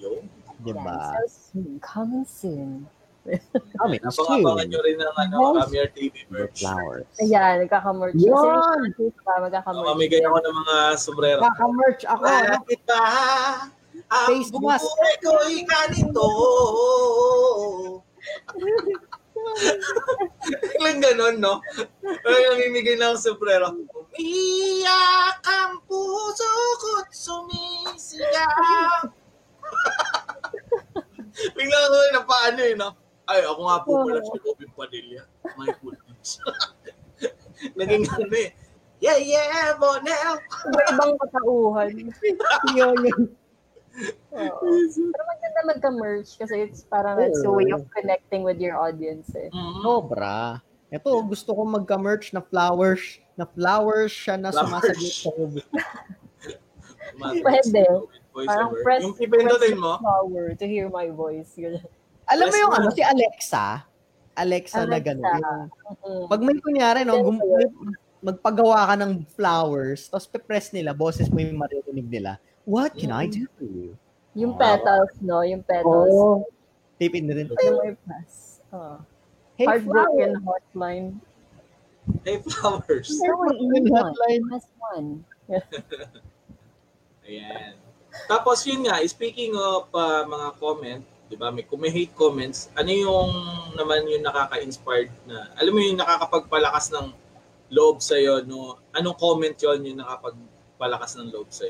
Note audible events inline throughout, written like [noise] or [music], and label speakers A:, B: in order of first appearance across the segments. A: 'Di
B: Yan,
A: ba?
B: so soon, coming soon.
A: Kami na
C: Abangan nyo rin ng ano,
B: Yes.
C: Amir TV merch.
A: flowers. [laughs]
B: Ayan, Diba? nagkakamorch.
A: Yun!
C: So,
B: Nagkakamorch.
C: mamigay ako ng mga sombrero.
D: Kaka-merch ako. ano?
C: Bakit ba ang
D: Facebook mas.
C: buhay ko'y
D: [laughs]
C: ganito? Lang ganun, no? Ay, namimigay na ang sombrero. Umiyak ang puso ko't sumisigaw. [laughs] Bigla ko na paano eh, no? Ay, ako nga po pala si Robin Padilla. My goodness. [laughs] Naging ano eh. Yeah, yeah, Bonel.
B: May ibang katauhan.
D: Yun, yun.
A: [laughs]
B: Oo. Pero maganda magka-merch kasi it's parang
A: Oo.
B: it's a way of connecting with your audience eh.
A: Sobra. Ito, gusto ko magka-merch na flowers. Na flowers siya na
C: Flowers.
A: sumasagot sa
C: [laughs]
A: COVID.
B: Pwede.
C: Voice
B: Parang
C: over.
B: press,
C: Yung
B: press
C: pipindutin mo,
B: flower to hear my voice. Ganun.
A: Alam mo
C: Yes,
A: yung
C: ma'am.
A: ano, si Alexa? Alexa, na
B: Alexa.
A: gano'n. Yung,
B: Mm.
A: pag may kunyari, no, gum- magpagawa ka ng flowers, tapos pe-press nila, boses mo yung maririnig nila. What can I do for you?
B: Yung petals, no? Yung petals.
A: Oh. Tipin na rin.
B: Yung may plus. Oh.
A: Hey,
B: Heartbroken
A: flowers.
B: hotline.
C: hey flowers.
A: Heartbroken hotline.
B: Plus one.
C: Ayan. Tapos yun nga, speaking of uh, mga comment, 'di ba? May kung may hate comments, ano yung naman yung nakaka-inspired na? Alam mo yung nakakapagpalakas ng loob sa no? Anong comment yon yung nakakapagpalakas ng loob sa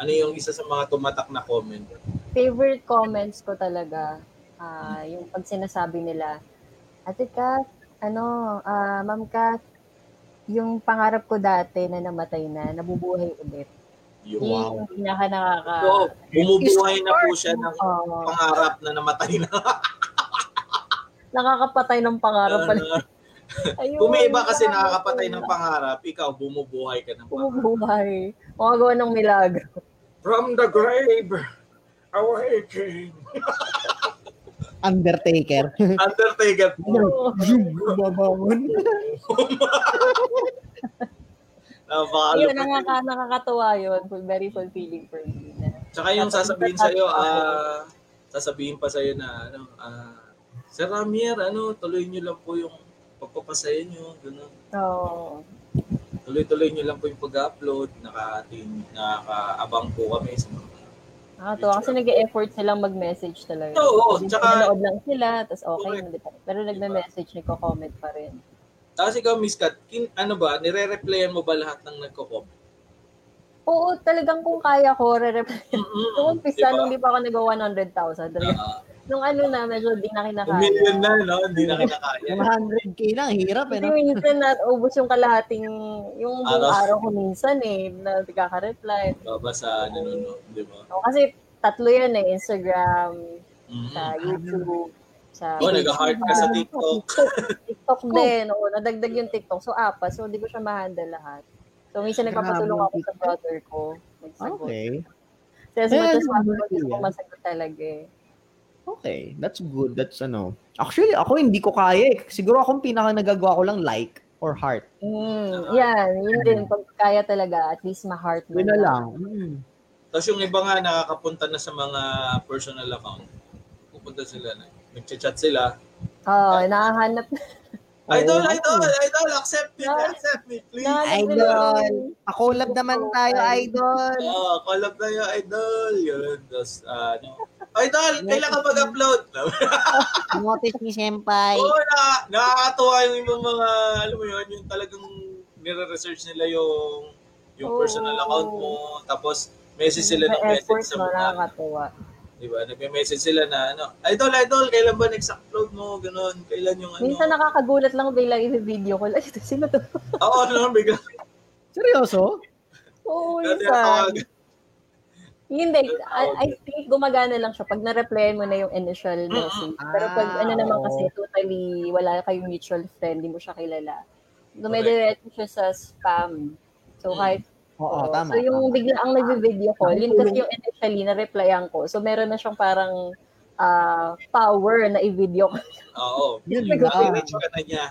C: Ano yung isa sa mga tumatak na comment?
B: favorite comments ko talaga, ah, yung pag sinasabi nila, Ate Kat, ano, ah, Ma'am Kat, yung pangarap ko dati na namatay na, nabubuhay ulit.
C: Yung
B: Yung pinaka nakaka...
C: So, bumubuhay na po siya ng
B: Oo,
C: pangarap na namatay na.
B: nakakapatay ng pangarap
C: [laughs]
B: pala. Ayun,
C: Kung may iba kasi
B: pangarap
C: nakakapatay
B: ko
C: ng
B: na.
C: pangarap, ikaw bumubuhay ka ng pangarap.
B: Bumubuhay. Makagawa ng milagro.
C: From the grave, awaken.
A: Undertaker. [laughs]
C: Undertaker.
A: Babangon. [laughs]
C: Napakalo.
B: Ayun, nakaka, nakakatawa yun. Very fulfilling for me. Na.
C: Tsaka yung sasabihin sa'yo, ah, sasabihin pa sa'yo na, ano, ah, Sir Ramier, ano, tuloy nyo lang po yung pagpapasaya nyo, gano'n.
B: Oo.
C: Tuloy-tuloy nyo lang po yung pag-upload, nakaating, nakaabang po kami sa mga
B: Nakakatawa kasi nag-e-effort silang mag-message talaga.
C: Oo, oo.
B: Kasi
C: Tsaka-
B: nanonood lang sila, tapos okay,
C: Correct.
B: hindi pa. Pero nagme-message, nagko-comment pa rin.
C: Tapos ikaw, Miss Kat, kin, ano ba, nire-replyan mo ba lahat ng nagko-comment?
B: Oo, talagang kung kaya ko, re-reply.
C: Mm-mm.
B: Nung umpisa,
C: Diba?
B: nung di pa ako nagawa 100,000, talaga.
C: Ah,
B: nung ano na, medyo di na
C: ah. million
B: kinakaya.
C: na, no? Hindi na kinakaya.
A: 100k na, ang hirap eh.
B: Hindi
A: no?
B: minsan na ubus yung kalahating, yung buong
C: Araw.
B: araw ko minsan eh, na di kaka-reply.
C: Babasa, nanonood, di ba?
B: Oo, kasi tatlo yan eh, Instagram,
C: Mm-mm.
B: sa YouTube, sa
C: Mm-hmm. Oh, nag-heart ka sa TikTok.
B: TikTok din. Oo, nadagdag yung TikTok. So, apat. So, hindi ko siya ma-handle lahat. So, minsan nagpapatulong ako sa brother ko. Magsagot.
A: Okay.
B: Kaya sa
A: Eh,
B: matas
A: ano ba
B: gusto ko
A: yan?
B: masagot talaga eh.
A: Okay, that's good. That's ano. Actually, ako hindi ko kaya eh. Siguro akong pinaka nagagawa ko lang like or heart.
B: Mm, yan, yun din. Pag kaya talaga, at least ma-heart mo
A: Yun na lang.
B: Hmm.
A: Mm.
C: Tapos yung iba nga nakakapunta na sa mga personal account. Pupunta sila na. Nagchat-chat sila.
B: Oo, nakahanap na.
C: Idol,
A: Oo.
C: idol, idol, accept me,
B: Ah.
C: accept me, please.
B: Nakahanap na
A: Idol.
B: lang.
A: Pakolab naman tayo, idol.
C: Oh, call up tayo, idol. Yun, tapos, ah, ano. Idol, kailan ka
B: [laughs]
C: mag-upload?
A: Notice ni Senpai.
C: Oo, na, nakakatuwa yung ibang mga, alam mo yun, yung talagang nire-research nila yung yung
B: Oo.
C: personal account mo. Tapos, message sila ng
B: May effort
C: message sa
B: mo,
C: mga ano.
B: nakakatuwa.
C: Di ba? Nagme-message sila na, ano, Idol, Idol, kailan ba next upload mo? Ganon, kailan yung ano?
B: Minsan nakakagulat lang biglang i-video ko. Ay, ito, sino to? [laughs]
C: Oo, ano, bigla.
A: Seryoso?
B: Oo,
C: Dati
B: minsan.
C: ako,
B: Hindi, I, I think gumagana lang siya pag na-replyan mo na yung initial message. Pero pag
A: Ah,
B: ano naman
A: oo.
B: kasi totally wala kayong mutual friend, hindi mo siya kilala. Dumediretso siya sa spam. So kahit
A: Oo,
B: oo.
A: tama.
B: So yung
A: tama.
B: bigla ang nagbe-video call, yun kasi yung initially na-replyan ko. So meron na siyang parang ah, power na i-video call.
C: Oo.
A: Yun
C: Yung
A: ba?
C: nare-reach ka na niya.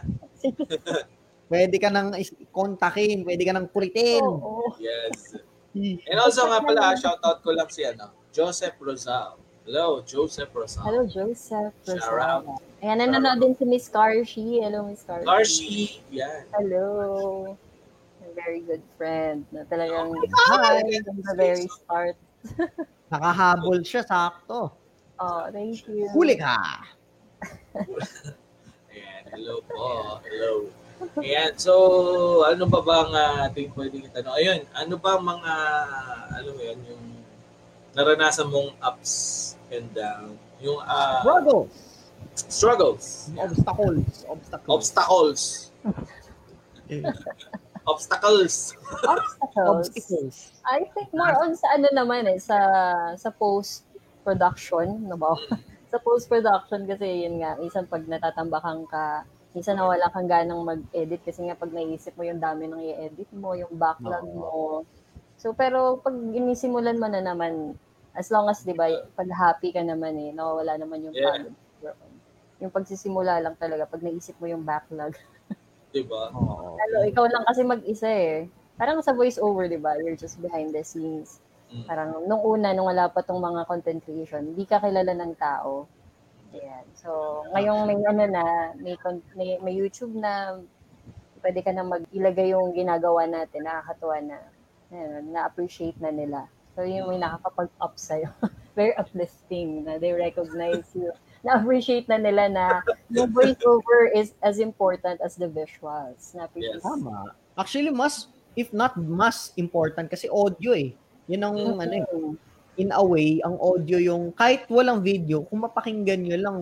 A: Pwede ka nang is- kontakin, pwede ka nang kulitin.
B: Oo.
C: Yes. And also nga pala, shoutout ko lang si, ano, Joseph Rosal. Hello, Joseph Rosal.
B: Hello, Joseph.
C: Shout out.
B: Rosana. Ayan, nanonood din si Miss Carshi. Hello, Miss Carshi.
C: Larshi, yan.
B: Hello. A very good friend na talagang
C: Oh my
B: hi
C: God.
B: from the very start.
A: Nakahabol siya, sakto.
B: Oh, thank you.
A: Huli ka.
C: Ayan, hello po. Hello. Ayan, so ano pa ba ang ah, ating pwedeng itanong? Ayun, ano ba ang mga, ano mo yun, yung naranasan mong ups and down, yung ah,
A: Struggles.
C: struggles,
A: Obstacles. Obstacles.
C: obstacles, obstacles.
B: Obstacles.
A: Obstacles.
B: I think more on sa ano naman eh, sa, sa post-production, no ba? [laughs] sa post-production kasi yun nga, minsan pag natatambakan ka, minsan nawala kang ganang mag-edit kasi nga pag naisip mo yung dami ng i-edit mo, yung backlog mo. So pero pag inisimulan mo na naman, as long as 'di ba, pag happy ka naman eh, nawawala naman yung
C: Yeah.
B: pagod. Yung pagsisimula lang talaga pag naisip mo yung backlog.
C: Diba?
A: Oo.
B: Lalo, ikaw lang kasi mag-isa eh. Parang sa voiceover, di ba? You're just behind the scenes
C: Mm.
B: parang nung una, nung wala pa tong mga content creation, hindi ka kilala ng tao. Ayan. So, ngayong may ano na, may, con- may, may YouTube na, pwede ka na mag-ilagay yung ginagawa natin, nakakatuwa na, ayun, na-appreciate na nila. So, yun yung may nakakapag-up sa'yo. [laughs] Very uplifting na they recognize you. Na-appreciate na nila na the voiceover is as important as the visuals.
C: Yes.
B: Na-appreciate.
A: Tama. Actually, mas, if not mas important, kasi audio eh. Yan ang, ano eh,
B: Mm.
A: in a way, ang audio yung, kahit walang video, kung mapakinggan nyo lang,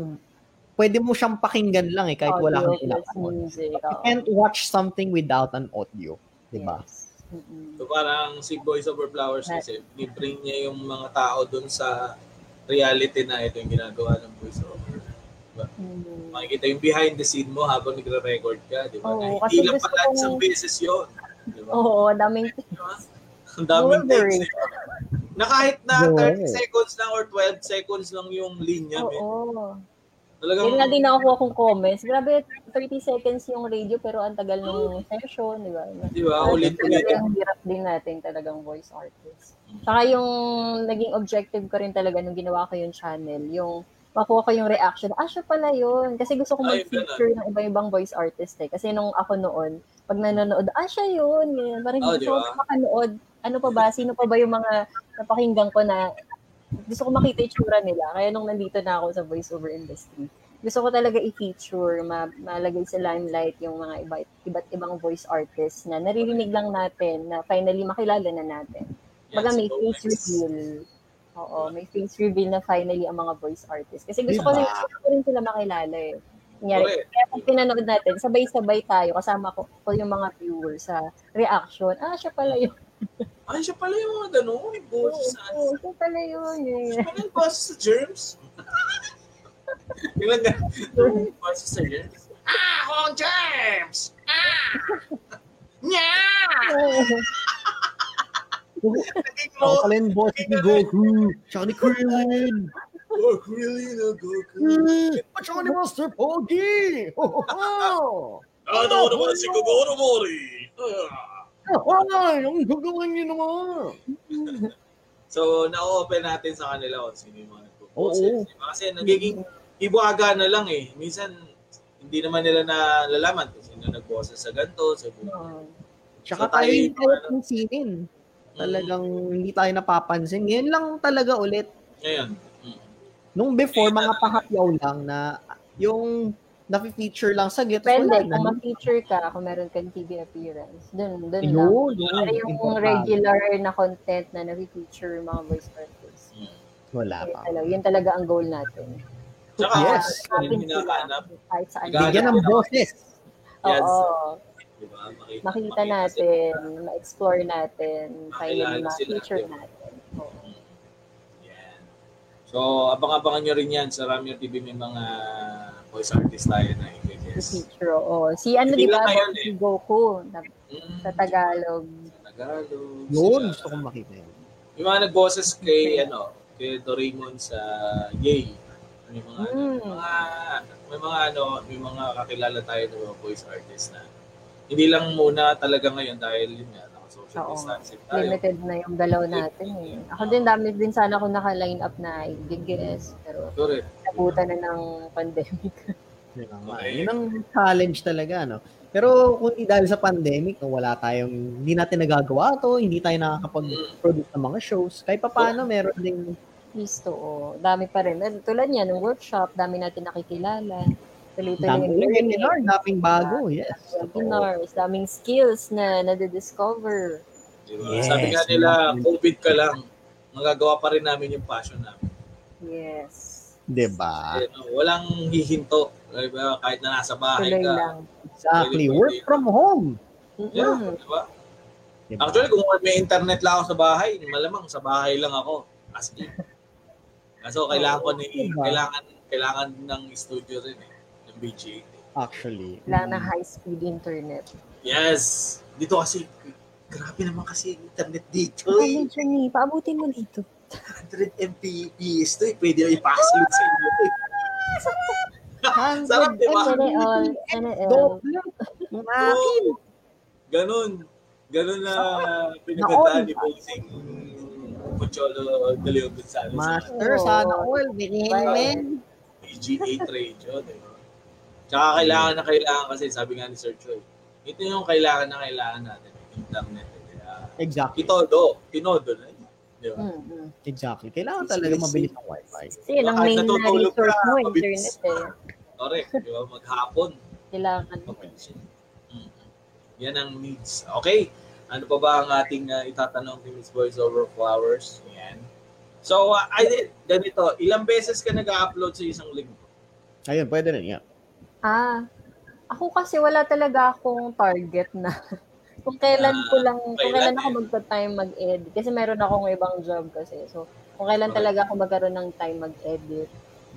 A: pwede mo siyang pakinggan lang eh, kahit wala
B: Audio
A: kang
B: plus
A: pinapanood.
B: music.
A: You
B: oo.
A: can't watch something without an audio. Diba?
B: Yes. Mm-mm.
C: So parang si Boys Over Flowers
B: Right.
C: kasi ni-bring niya yung mga tao dun sa reality na ito yung ginagawa ng Boys Over.
B: Mm.
C: Makikita yung behind the scene mo habang nagre-record ka, di ba?
B: Oo,
C: Na
B: kasi
C: hindi lang
B: gusto Oh,
C: pala
B: kong-
C: isang beses yun. Di ba?
B: Oo, daming
C: Ang daming
B: Wolverine.
C: takes. eh. Na kahit na
A: Yo.
C: 30 seconds lang or 12 seconds lang yung linya. men.
B: Oo.
C: Talagang,
B: Yun nga din nakukuha kong comments. Grabe, 30 seconds yung radio pero ang tagal ng session, di ba?
C: di ba,
B: Parang
C: ulit-ulit.
B: talagang hirap din natin talagang voice artist. Saka yung naging objective ko rin talaga nung ginawa ko yung channel, yung makuha ko yung reaction. Ah, siya pala yun. Kasi gusto ko
C: Ay,
B: mag-feature ng iba-ibang voice artist eh. Kasi nung ako noon, pag nanonood, ah, siya yun. Ganyan. Parang
C: Oh, di
B: gusto ko
C: ba?
B: makanood. Ano pa ba? Sino pa ba yung mga napakinggan ko na gusto ko makita yung tsura nila. Kaya nung nandito na ako sa voiceover industry, gusto ko talaga i-feature, ma- malagay sa limelight yung mga iba, iba't ibang voice artists na naririnig lang natin, na finally makilala na natin.
C: Yan,
B: Baga may
C: si
B: face
C: Bomex.
B: reveal. Oo, may face reveal na finally ang mga voice artists. Kasi gusto ko
A: Diba?
B: rin, gusto ko rin sila makilala eh. Kunyari,
C: Correct.
B: kaya pag pinanood natin, sabay-sabay tayo, kasama ko, ko yung mga viewers sa reaction. Ah, siya pala yun.
C: Ay, siya pala yung mga ganun. Yung boses sa...
B: Oo, siya pala yun.
C: Siya pala yung boses sa germs. [laughs] Yung lang ganun. Yung [laughs] boses sa germs. Ah, Hong Germs! Ah! Nya! Naging
A: Ako
C: low.
A: pala yung boses ni Goku. Tsaka ni Krillin.
C: Go, Oh, really, no, go, go.
A: Hmm, At tsaka ni Master Pogi. Oh, [laughs] oh,
C: Ah, no, naman si Kogoro Mori. Ah.
A: oh. Ay, ang gagawin niyo naman.
C: So, na-open natin sa kanila kung sino yung mga
A: Oo.
C: nagpo-process. Diba? Kasi nagiging ibuaga na lang eh. Minsan, hindi naman nila nalalaman kung sino nagpo-process sa ganito. Sa ganito.
B: Oo.
A: Tsaka
C: So,
A: tayo
C: tayo
A: yung
C: yung-
A: tayo pansinin. Talagang hindi tayo napapansin. Ngayon lang talaga ulit.
C: Ngayon. Mm.
A: Nung before, mga pahapyaw lang na yung nafe-feature lang sa gitna.
B: Depende,
A: Wala
B: kung
A: na.
B: ma-feature ka, kung meron kang TV appearance, dun, dun lang.
A: Yun, yun.
B: Pero yung
A: Importante.
B: regular na content na na-feature yung mga voice artists,
C: mm.
A: Wala
B: yun
A: pa.
B: talaga, yun talaga ang goal natin.
C: Tsaka,
A: Yes.
C: Ah, yung hinahanap.
B: Kahit saan.
C: Gagana.
A: Bigyan ng boses.
C: Yes.
B: Oo.
C: Diba? Makita,
B: makita
C: makita
B: natin, ma-explore natin, finally
C: Makilala sila,
B: ma-feature
C: diba?
B: natin. Oo.
C: Yan. So, abang-abangan nyo rin yan. Sa Ramyo TV may mga voice artist tayo na i-guess.
B: feature, oo. Si ano,
C: Hindi
B: di
C: lang
B: ba,
C: ngayon eh.
B: si Goku, na,
C: Mm.
B: sa Tagalog.
C: Tagalog.
A: Yun,
C: sila-
A: gusto kong makita yun.
C: Yung mga nagboses kay, ano, kay Doraemon sa Yay. May mga, ano,
B: Mm.
C: mga, may mga, ano, may mga kakilala tayo ng mga voice artist na hindi lang muna talaga ngayon dahil yun nga, naka social
B: Oo.
C: distancing tayo.
B: Limited na yung galaw natin eh. Ako din, dami din sana ako naka-line up na eh, i-guess. Pero
C: Correct.
B: nabutan na ng
C: [laughs]
B: pandemic.
A: Yun ang,
C: Okay.
A: yun ang challenge talaga, no? Pero kung hindi dahil sa pandemic, no, wala tayong, hindi natin nagagawa to, hindi tayo nakakapag-produce ng mga shows. Kahit pa paano, meron ding,
B: Yes, oo. Dami pa rin. Eh, tulad niya, ng workshop, dami natin nakikilala. Tuloy-tuloy
A: daming
B: yung learning.
A: webinar, daming bago, yes. Totoo.
B: Webinars, daming skills na nade-discover.
C: Diba?
A: Yes.
C: Sabi nga nila, COVID ka lang, magagawa pa rin namin yung passion namin.
B: Yes.
A: Diba?
C: Eh, no, walang hihinto. Diba? Kahit na nasa bahay
B: Tuloy
C: ka.
B: lang.
A: Exactly. Work from home.
C: Yeah,
B: Mhm.
C: diba?
A: Diba?
C: Actually, kung may internet lang ako sa bahay, malamang sa bahay lang ako. As in. Kaso kailangan ko ni,
A: Diba?
C: kailangan, kailangan ng studio rin eh. Ng BGA.
A: Actually. mm.
B: Wala na high-speed internet.
C: Yes! Dito kasi, grabe naman kasi yung internet dito eh.
B: Ay, Johnny, paabutin mo dito.
C: 100 Mbps to eh. Pwede na ipaslog sa inyo eh. Sarap, diba? di ba?
B: NL, NL.
A: Doble. Ang akin.
C: Ganon. Ganon na pinagandaan ni Bossing Pocholo Galeo Gonzalez. sa
A: Master, sana all. Binihin mo yan.
C: PGA trade yun. di ba? Tsaka kailangan na kailangan kasi, sabi nga ni Sir Choi, ito yung kailangan na kailangan natin. Internet. Kaya,
A: Exactly.
C: Kitodo. Tinodo na yun. Di ba?
B: Mm-mm.
A: Exactly. Kailangan talaga mabilis ang wifi.
B: Kasi yun ang
C: Kahit
B: main na
C: natutulog ka,
B: resource mo,
C: mabilis.
B: internet eh.
C: Correct. Di ba? Maghapon.
B: Kailangan mo.
C: Pag-pension. Mm. Yan ang needs. Okay. Ano pa ba ang ating uh, itatanong ni Miss Boys Over Flowers? Yan. So, uh, I did, ganito, ilang beses ka nag-upload sa isang linggo?
A: Ayun, pwede rin. Yeah.
B: Ah, ako kasi wala talaga akong target na. [laughs] kung kailan
A: Ah,
B: ko lang, kung
C: kailan
B: kailan ako magta-time mag-edit. Kasi meron akong ibang job kasi. So, kung kailan
C: Okay.
B: talaga ako magkaroon ng time mag-edit.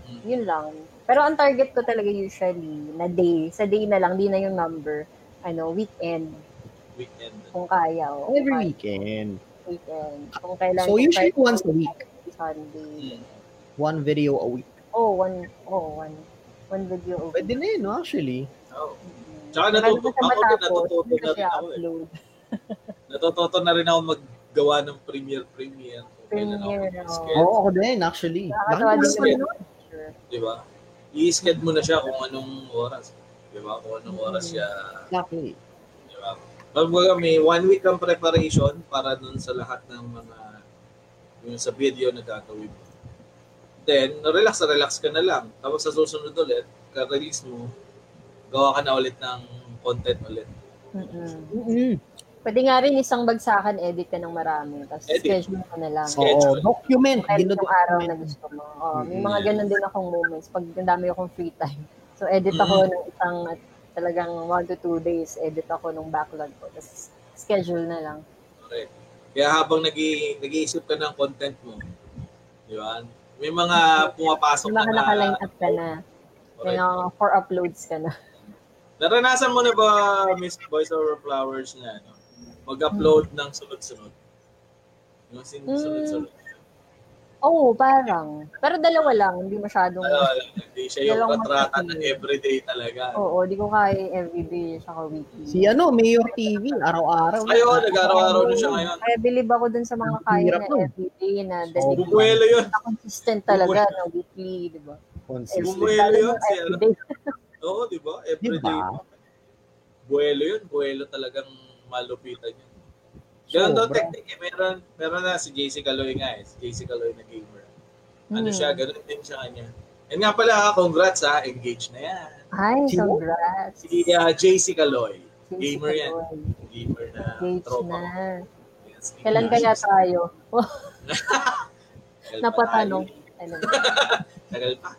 A: Hmm.
C: Mm.
B: Yun lang. Pero ang target ko talaga usually na day. Sa day na lang, di na yung number. Ano, weekend.
C: Weekend.
B: Kung kaya. o, kung
A: Every
B: kaya,
A: weekend.
B: Weekend. Kung kailan.
A: So,
B: kung
A: usually
B: kailan-
A: once a week.
C: Mm.
B: Sunday.
A: One video a week.
B: Oh, one, oh, one, one video over.
A: Pwede na yun, no, actually.
C: Oh.
B: Mm.
C: Tsaka
B: Lalo
C: natutu-
B: na sa
C: ako din,
B: matapos,
C: natututo
B: hindi ko
C: na rin
B: siya
C: ako eh.
B: upload.
C: Natututo na rin ako maggawa ng premiere premiere.
B: Premiere, oo.
C: i-sked.
A: Oo, ako din, actually. Bakit
B: Nakakatawa
A: wala
B: din
A: pa rin?
B: naman. Sure.
C: Di ba? I-sked diba? mo na siya kung anong oras. Di ba? Kung anong oras siya
A: Exactly.
C: Di ba? Kumbaga may one week ang preparation para nun sa lahat ng mga yung sa video na gagawin mo. Then, relax na relax ka na lang. Tapos sa susunod ulit, ka-release mo, gawa ka na ulit ng content ulit.
B: Mm-mm.
A: Mm-mm.
B: Pwede nga rin isang bagsakan, edit ka ng marami. Tapos
C: Edit.
B: schedule ka na lang.
C: Schedule.
A: Oo,
C: Schedule.
A: document.
B: Kahit yung araw na
A: Dinodocument.
B: gusto mo. Oh, may
A: Mm-mm.
B: mga ganun din akong moments pag ang dami akong free time. So, edit ako ng isang talagang one to two days. Edit ako ng backlog ko. Tapos, schedule na lang.
C: Correct. Kaya habang nag-i- nag-iisip ka ng content mo, di ba? May mga pumapasok
B: Yung mga
C: na-
B: naka-line up ka na. May
C: Correct.
B: mga for uploads ka na.
C: Naranasan mo na ba, Miss Boys Over Flowers, na ano, mag-upload
B: Hmm.
C: ng sunod-sunod? Yung sin-
B: Mm.
C: sunod-sunod.
B: Oo, oh, parang. Pero dalawa lang. Hindi masyadong...
C: Ano, hindi siya yung
B: Dalawang
C: kontrata na
B: magkakasabay.
C: everyday talaga.
B: Oo, di ko kaya everyday sa weekly.
A: Si ano, Mayor TV, araw-araw.
C: Ngayon, nag-araw-araw na siya ngayon.
B: Kaya believe ako dun sa mga kaya
A: Hirap
B: na
A: nun.
B: everyday na
A: Oo.
B: dedicated.
C: Bumuelo yun.
B: na consistent talaga na weekly, di ba?
A: Consistent.
C: Bumuelo
B: Lalo
C: yun,
B: na
C: si ano.
B: everyday.
C: Oo, di ba? Everyday.
A: Diba?
C: mo. Buwelo yun. Buwelo talagang malupitan yun. Ganun daw
A: Sobra.
C: technique eh. Meron, meron na si JC Caloy nga eh. Si JC Caloy na gamer. Ano
B: Hmm.
C: siya, ganun din siya kanya. And nga pala, ah, congrats ha, engage na yan.
B: Ay,
A: Sino?
B: congrats.
C: Si ah, JC Caloy.
B: Sino si
C: Gamer yan.
B: Kaloy?
C: Gamer na
B: Gage
C: tropa.
B: na.
C: ko. Yes,
B: Kailan
C: gamer.
A: Nice.
B: kaya tayo? [laughs] Oh,
C: Tagal pa
B: Napatanong.
C: tayo.
B: Ano?
C: Tagal pa.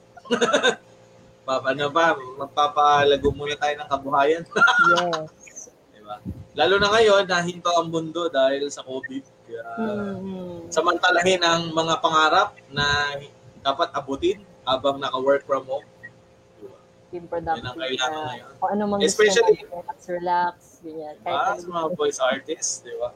C: [laughs] Papa na ba? Magpapalago muna tayo ng kabuhayan. [laughs]
B: Yes.
C: Diba? Lalo na ngayon, nahinto ang mundo dahil sa COVID. Kaya,
B: Hmm.
C: Samantalahin ang mga pangarap na dapat abutin habang naka-work from home. Diba?
B: Team
C: Yan ang
B: productive
C: kailangan
B: na.
C: ngayon.
B: Kung ano mang
C: Especially-
B: gusto mo, relax, relax. Ganyan. Kahit
C: Diba?
B: ano
C: Sa mga voice artists, di ba?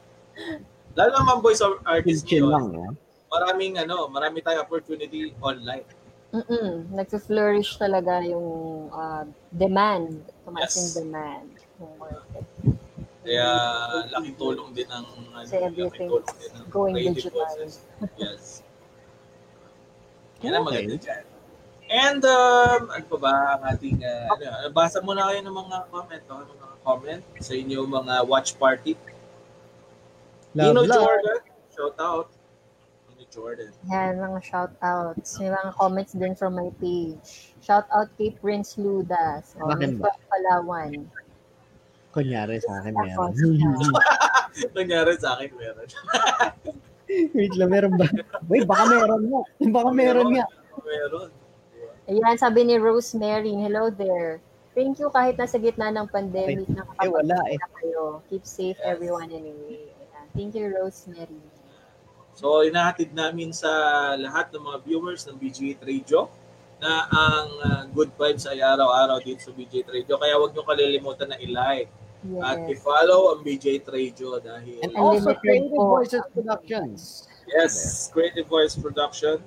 C: Lalo na mga voice artists
A: Chill
C: ngayon,
A: lang, no?
C: maraming ano, marami tayong opportunity online.
B: Mm-mm. Nag-flourish talaga yung ah, demand.
C: Yes.
B: Tumaas yung demand. ng market.
C: Kaya laki tulong din ng ano,
B: Kasi everything
C: tulong din ng
B: going
C: creative
B: digital.
C: process. Yes. Yan ang
A: Okay.
C: maganda dyan. And um, ano pa ba ang ating, uh, ano, basa muna kayo ng mga comment. Okay, mga comment sa inyo mga watch party.
A: Love,
C: Nino
A: love.
C: Jordan, shout out. Nino Jordan.
B: Yan, mga shoutouts. May mga comments din from my page. Shoutout kay Prince Ludas. O,
A: Bakit
B: may pa- Palawan.
A: Kunyari sa akin meron.
C: [laughs] Nangyari sa akin, meron.
A: Wait lang, meron ba? Wait, baka meron nga. Baka Oh, meron nga.
C: Meron.
B: Ayan, sabi ni Rosemary, hello there. Thank you kahit nasa gitna ng pandemic.
A: Eh,
B: nakakapag-
A: wala eh.
B: na kayo. Keep safe
C: Yes.
B: everyone anyway. Ayan. Thank you, Rosemary.
C: So, inahatid namin sa lahat ng mga viewers ng BG8 Radio na ang uh, good vibes ay araw-araw dito sa BG8 Radio. Kaya huwag niyo kalilimutan na i-like at
B: Yes.
C: i-follow ang BG8 Radio dahil
A: And also
B: Unlimited
A: Creative
B: po.
A: Voices Productions.
C: yes, Creative Voice Production.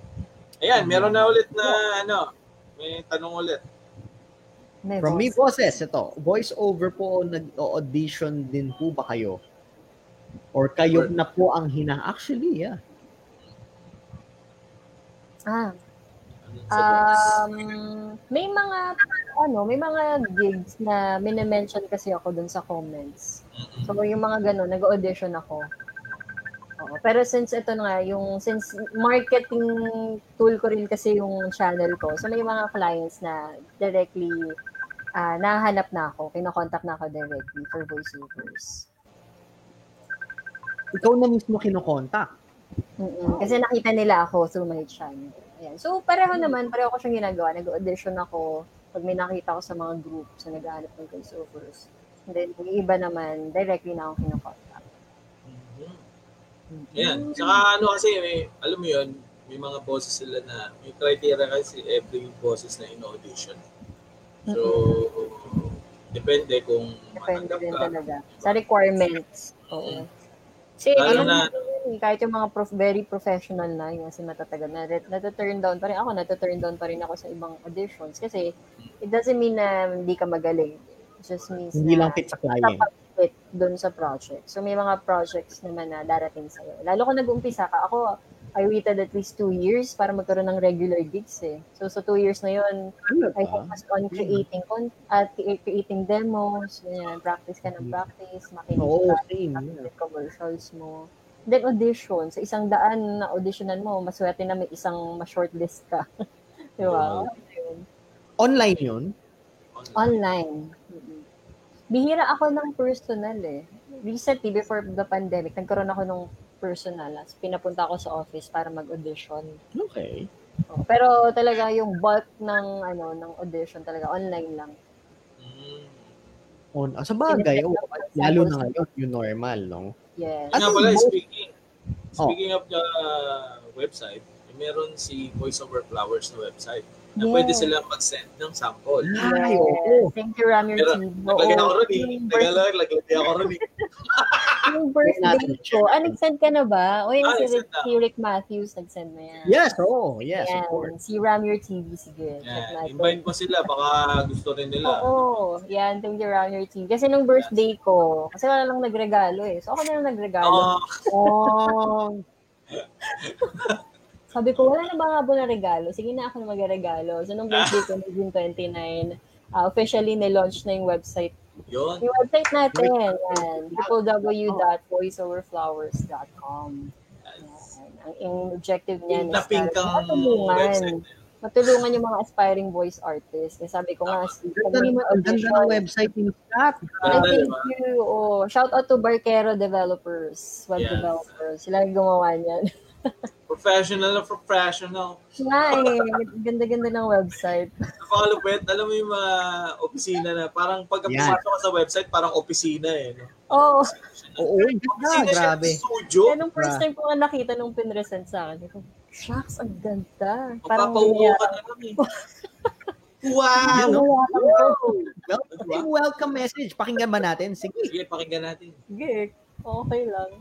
C: Ayan, meron na ulit na ano, may tanong ulit.
B: May
A: From me
B: voice.
A: boses, ito. Voice over po, nag-audition din po ba kayo? Or kayo na po ang hina? Actually, yeah.
B: Ah,
C: Anong
A: Ah,
C: sagot?
B: um, may mga, ano, may mga gigs na minimension kasi ako dun sa comments.
C: Mm-mm.
B: So, yung mga ganun, nag-audition ako. Oo. Pero since ito na nga, yung since marketing tool ko rin kasi yung channel ko, so may mga clients na directly ah nahanap na ako, kinokontakt na ako directly for voiceovers.
A: Ikaw na mismo kinokontak.
B: mm Kasi nakita nila ako through my channel. Ayan. So, pareho
A: Mm.
B: naman, pareho ko siyang ginagawa. Nag-audition ako pag may nakita ko sa mga groups na naghahanap ng voiceovers. And then, yung iba naman, directly na ako kinokontak.
C: Mhm. Ayan. Tsaka ano kasi, may, alam mo yun, may mga boses sila na, may criteria kasi every boses na in-audition. So, depende kung
B: Depende
C: matanggap
B: din
C: ka.
B: talaga. Sa requirements.
A: Mm.
B: Oo. Kasi,
C: Lalo
B: ano
C: na,
B: na, kahit yung mga prof- very professional na, yung kasi matatagal na, nata-turn down pa rin. Ako, nata-turn down pa rin ako sa ibang auditions. Kasi, it doesn't mean na hindi ka magaling. It just means
A: Hindi
B: na,
A: lang fit sa client.
B: kapag-fit doon sa project. So, may mga projects naman na darating sa'yo. Lalo kung nag-umpisa ka, ako, I waited at least two years para magkaroon ng regular gigs eh. So, sa two years na yun,
A: Ano
B: I
A: ba?
B: focused on creating con- at creating demos, ganyan, practice ka ng practice, makinig
A: Oo,
B: ka,
A: same.
B: practice ng commercials mo. Then audition, sa isang daan na auditionan mo, maswerte na may isang ma-shortlist ka. [laughs] Di ba? Ayun.
A: Online yun?
C: online.
B: Online. Mhm. Bihira ako ng personal eh. Recently, before the pandemic, nagkaroon ako ng personal. As pinapunta ako sa office para mag-audition.
A: Okay.
C: Oh.
B: Oo. Pero talaga yung bulk ng ano ng audition talaga online lang.
C: Mm.
A: On, ah, sa bagay, oh, lalo na ngayon, yung normal, no?
B: Yes.
A: At-
C: Nga pala,
A: Ano?
C: speaking,
A: Oh.
C: speaking of the website, meron si Voice Over Flowers na website na
B: Yes.
C: pwede sila mag-send ng sample.
A: Ay,
B: Yes.
A: oo.
B: Thank you, Ram, your
C: Pero,
B: team.
C: Naglagay
B: Oo.
C: ako ron eh. Tagal
B: Yung birth-
C: lang, naglagay ako ron eh.
B: yung birthday
A: Natin.
B: ko. Ah, nag-send ka na ba? O yan,
C: Ah,
B: si,
C: nag-send
B: Rick,
C: na.
B: si Rick Matthews nag-send na yan.
A: Yes, oh, yes,
B: Yan.
A: of course.
B: Si Ram, your TV. Sige. check
C: Yan.
B: natin.
C: Invite mo sila, baka gusto rin nila.
B: Oo, yan, thank you, Round Your Team. Kasi nung birthday ko, kasi wala lang nagregalo eh. So ako na lang nagregalo.
C: Oo.
A: Oh,
B: Sabi ko, wala na ba nga ba na regalo? Sige na ako na magregalo. So nung birthday ko, nung June 29, uh, officially nilaunch na yung website.
C: yun.
B: Yung website natin, yan, www.voiceoverflowers.com.
C: Yes.
B: Yan. Ang, ang objective niya
C: Yung
B: is
C: Napink
B: Ano
C: ang
B: matulungan.
C: website na yun.
B: Matulungan yung mga aspiring voice artists. Kasi sabi ko nga,
A: ganda naman, ang ganda ng website ni Scott.
C: Ganda,
B: Ay,
C: di
B: thank
C: ba?
B: you. Oh, shout out to Barquero Developers, web
C: Yes.
B: developers. Sila yung gumawa niyan. [laughs]
C: Professional na professional.
B: Nga eh, ganda-ganda ng website.
C: Napakalupit. Alam mo yung mga opisina na parang pagka
A: Yan.
C: pumasok ka sa website, parang opisina eh. No?
B: Oo, oh,
A: Oo, yun. Ah,
C: Opisina siya,
A: grabe.
C: studio.
B: yan ang first time ko nga nakita nung pinresent sa akin. Sabi ko, Shucks, ang ganda. Parang
C: Magpapaupo
B: niya.
C: ka na lang
B: [laughs]
C: eh. Wow! Diba?
A: Welcome, Ah, welcome message. Pakinggan ba natin? Sige.
C: Sige, pakinggan natin.
B: Gig. Okay lang.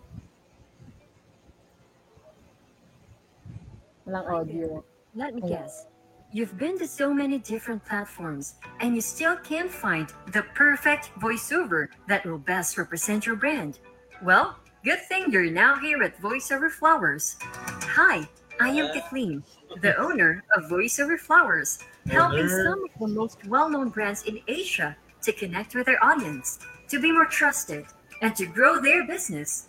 B: Walang audio.
E: Let
B: Ayan.
E: me Oh. guess. You've been to so many different platforms, and you still can't find the perfect voiceover that will best represent your brand. Well, good thing you're now here at VoiceOver Flowers. Hi, I am Kathleen, the owner of VoiceOver Flowers, helping
C: Owner.
E: some of the most well-known brands in Asia to connect with their audience, to be more trusted, and to grow their business.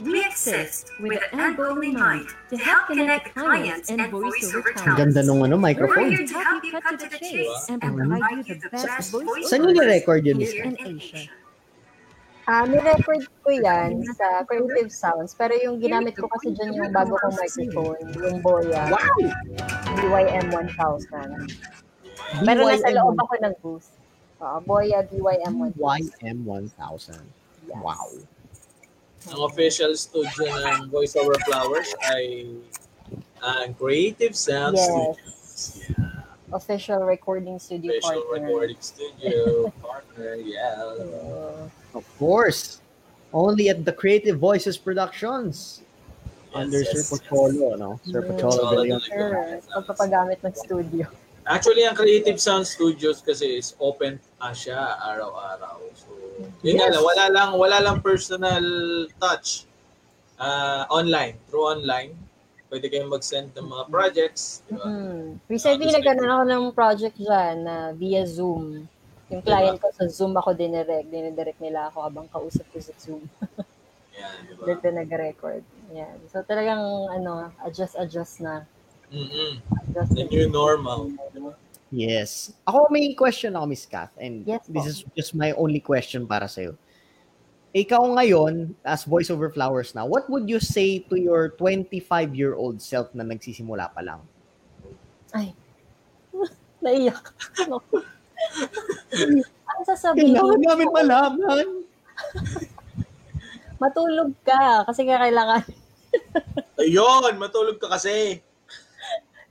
E: We exist with an end-goal in mind to help connect clients and voiceover
A: Ang
E: talents.
A: ganda nung ano,
E: We're
A: microphone.
E: here to help you cut to the chase and provide you the best voiceover
A: Saan nyo na-record yun? Isa?
E: here in Asia.
B: Ah, ni-record ko yan sa Creative Sounds, pero yung ginamit ko kasi dyan yung bago kong microphone, yung Boya,
A: Wow!
B: BYM1000. Pero nasa loob ako ng booth. Oo, Boya BYM1000.
A: YM1000.
B: Yes.
A: Wow.
C: Ang official studio ng Voice Over Flowers ay ang Creative Sound
B: Yes.
C: Studios. Yeah.
B: Official recording studio
C: Official
B: partner.
C: recording studio partner. Yeah.
B: Oo.
A: Of course. Only at the Creative Voices Productions. Under Sir Pocholo, no? Sir
B: Yes.
A: Pocholo
C: Pocholo
A: de Leon.
B: Sure, pagpapagamit ng studio.
C: Actually, ang Creative Sound Studios kasi is open pa siya araw-araw. So, yun nga
A: Yes.
C: lang, wala lang, wala lang personal touch. Ah, online, through online. Pwede kayong mag-send ng
B: Mm-hmm.
C: mga projects. Di ba?
B: Mm. Recently, nagkaroon ako ng project dyan na via Zoom. Yung client ko sa Zoom ako dinirect. Dinidirect nila ako habang kausap ko sa Zoom.
C: Yan, di ba?
B: Doon ko nag-record. Yan. So talagang ano, adjust, adjust na.
C: Mm-mm.
B: Adjust
C: The new normal. di ba?
A: Yes. Ako may question ako, Miss Kath. And
B: Yes po.
A: this is just my only question para sa'yo. Ikaw ngayon, as voiceover flowers na, what would you say to your 25-year-old self na nagsisimula pa lang?
B: Naiyak. Ano? Ang sasabihin
A: Kailangan
B: ko,
A: namin malaman.
B: matulog ka kasi ka kailangan. [laughs]
C: Ayun, matulog ka kasi.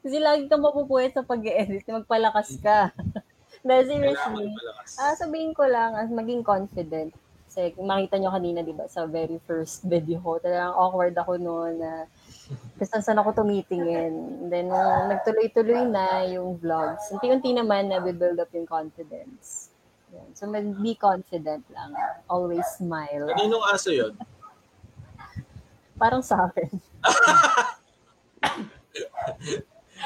B: Kasi lagi kang mapupuwet sa pag-edit. Magpalakas ka. [laughs] Dahil
C: Kailangan mo
B: seriously,
C: malakas.
B: Ah, sabihin ko lang, as maging confident. Kasi kung makita nyo kanina, di ba, sa very first [laughs] video ko, talagang awkward ako noon na kasi saan ako tumitingin. And then, nung nagtuloy-tuloy na yung vlogs, unti-unti naman na build up yung confidence. Yan. So, mag- be confident lang. Always smile.
C: Kaninong aso yun?
B: Parang sa akin.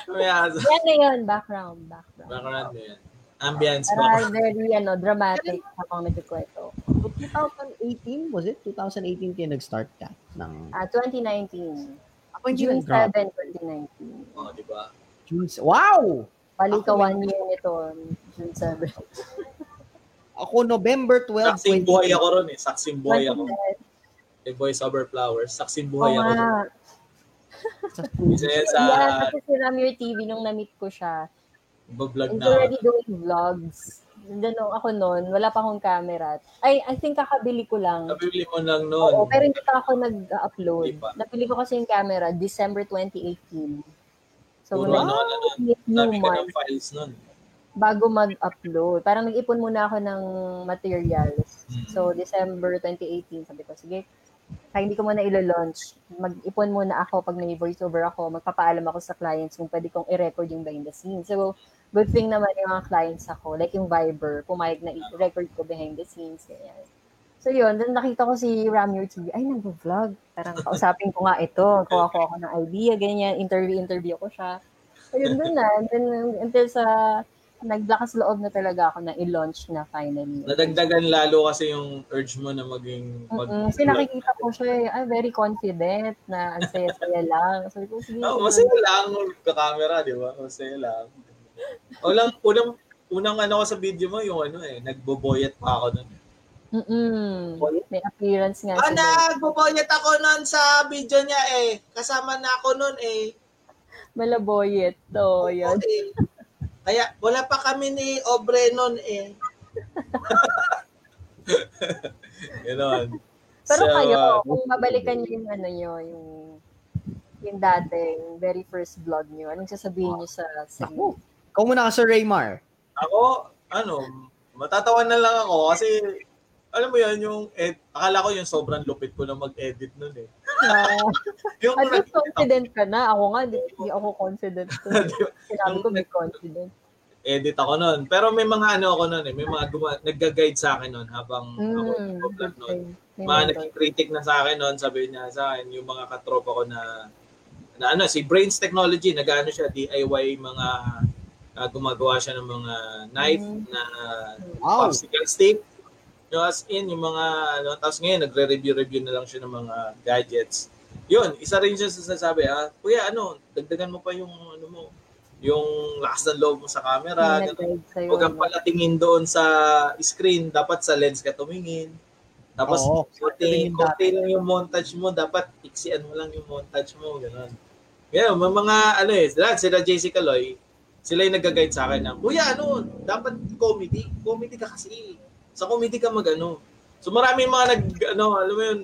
C: May aso.
B: [laughs] Yan na yun, background, background.
C: Background mo yan. Ambience mo.
B: Para very, ano, dramatic habang nagkikwento.
A: 2018, was it? 2018 kayo nag-start ka? Ng...
B: Ah, 2019.
A: Ako hindi
B: June
A: nag-drop.
B: 7, 2019.
C: Oh, di ba?
A: June se- Wow!
B: Palikawan niyo nito, June 7.
A: Ako November 12,
C: Saksing buhay
A: 2018.
C: ako ron eh. Saksing buhay ako. Kay Boy Sober Flowers. Saksing buhay
B: Oo
C: ako.
B: nga.
C: Isa yan sa
B: yeah, kasi si Ram Your TV nung na-meet ko siya.
C: vlog
B: He's
C: na.
B: already doing vlogs. Ganun ako noon, wala pa akong camera. Ay, I think kakabili ko lang.
C: Nabibili mo lang
B: Oo,
C: noon.
B: pero hindi pa ako
C: Hindi
B: nag-upload.
C: pa.
B: Nabili ko kasi yung camera December 2018. So,
C: Puro
B: wala
C: ano ka na nun.
B: new
C: Dami ka ng
B: month
C: files nun.
B: bago mag-upload. Parang nag-ipon muna ako ng materials.
C: Mm.
B: So, December 2018, sabi ko, sige, kaya hindi ko muna ilo-launch. Mag-ipon muna ako pag may voiceover ako. Magpapaalam ako sa clients kung pwede kong i-record yung behind the scenes. So, good thing naman yung mga clients ako. Like yung Viber, pumayag na i-record ko behind the scenes. Ganyan. So, yun. Then nakita ko si Ram Your TV. Ay, nag-vlog. Parang kausapin ko nga ito. Kuha-kuha ko ng idea, ganyan. Interview-interview ko siya. So, yun doon na. And then, until sa naglakas loob na talaga ako na i-launch na finally.
C: Nadagdagan lalo kasi yung urge mo na maging mag-
B: Mm-mm. Kasi nakikita ko siya, eh, ay, very confident na ang saya-saya lang. Sabi ko, sige.
C: Oo, masaya lang ka-camera, di ba? Masaya lang. Ulang, unang, unang ano ko sa video mo, yung ano eh, nagboboyet pa ako nun.
B: Mm-mm. May appearance nga
C: Ah,
B: siya.
C: nagboboyet ako nun sa video niya eh. Kasama na ako nun eh.
B: Malaboyet. to,
C: Oo,
B: yun.
C: eh. Kaya wala pa kami ni Obre nun eh. Ganon.
B: Pero
C: So,
B: kayo,
C: uh,
B: kung babalikan niyo yung ano niyo, yung yung dati, yung very first vlog niyo, anong sasabihin niyo sa [laughs]
A: Ako. Ikaw muna ka, Sir Raymar.
C: Ako, ano, matatawan na lang ako kasi alam mo yan, yung ed- akala ko yung sobrang lupit ko na mag-edit nun eh.
B: na.
C: Yung
B: Ah, At least
C: nag-
B: confident ka na. Ako nga, di, di ako
C: [laughs]
B: confident. to. Sinabi ko may confident.
C: edit ako nun. Pero may mga ano ako nun eh. May mga guma- nagga-guide sa akin nun habang ako
B: Mm,
C: nag-vlog nun.
B: okay. May
C: Mga
B: nandun.
C: nagkikritik na sa akin nun. Sabi niya sa akin, yung mga katropa ko na, na ano, si Brains Technology, nag-ano siya, DIY mga ah, gumagawa siya ng mga knife
B: Mm.
C: na
A: Wow.
C: popsicle stick. No, as in, yung mga, ano, tapos ngayon, nagre-review-review na lang siya ng mga gadgets. Yun, isa rin siya sa sasabi, ah, kuya, ano, dagdagan mo pa yung, ano mo, yung lakas ng loob mo sa camera,
B: May
C: ganun.
B: nag-guide sa'yo.
C: Huwag kang
B: ano.
C: palatingin doon sa screen, dapat sa lens ka tumingin. Tapos,
A: Oo,
C: konti,
A: tumingin
C: konti lang yung montage mo, dapat iksian mo lang yung montage mo, gano'n. Ngayon, may mga, ano eh, lahat sila JC Caloy, sila yung nag-guide sa akin na, Kuya, ano, dapat comedy, comedy ka kasi. Sa comedy ka mag-ano. So maraming mga nag, ano, alam mo yun,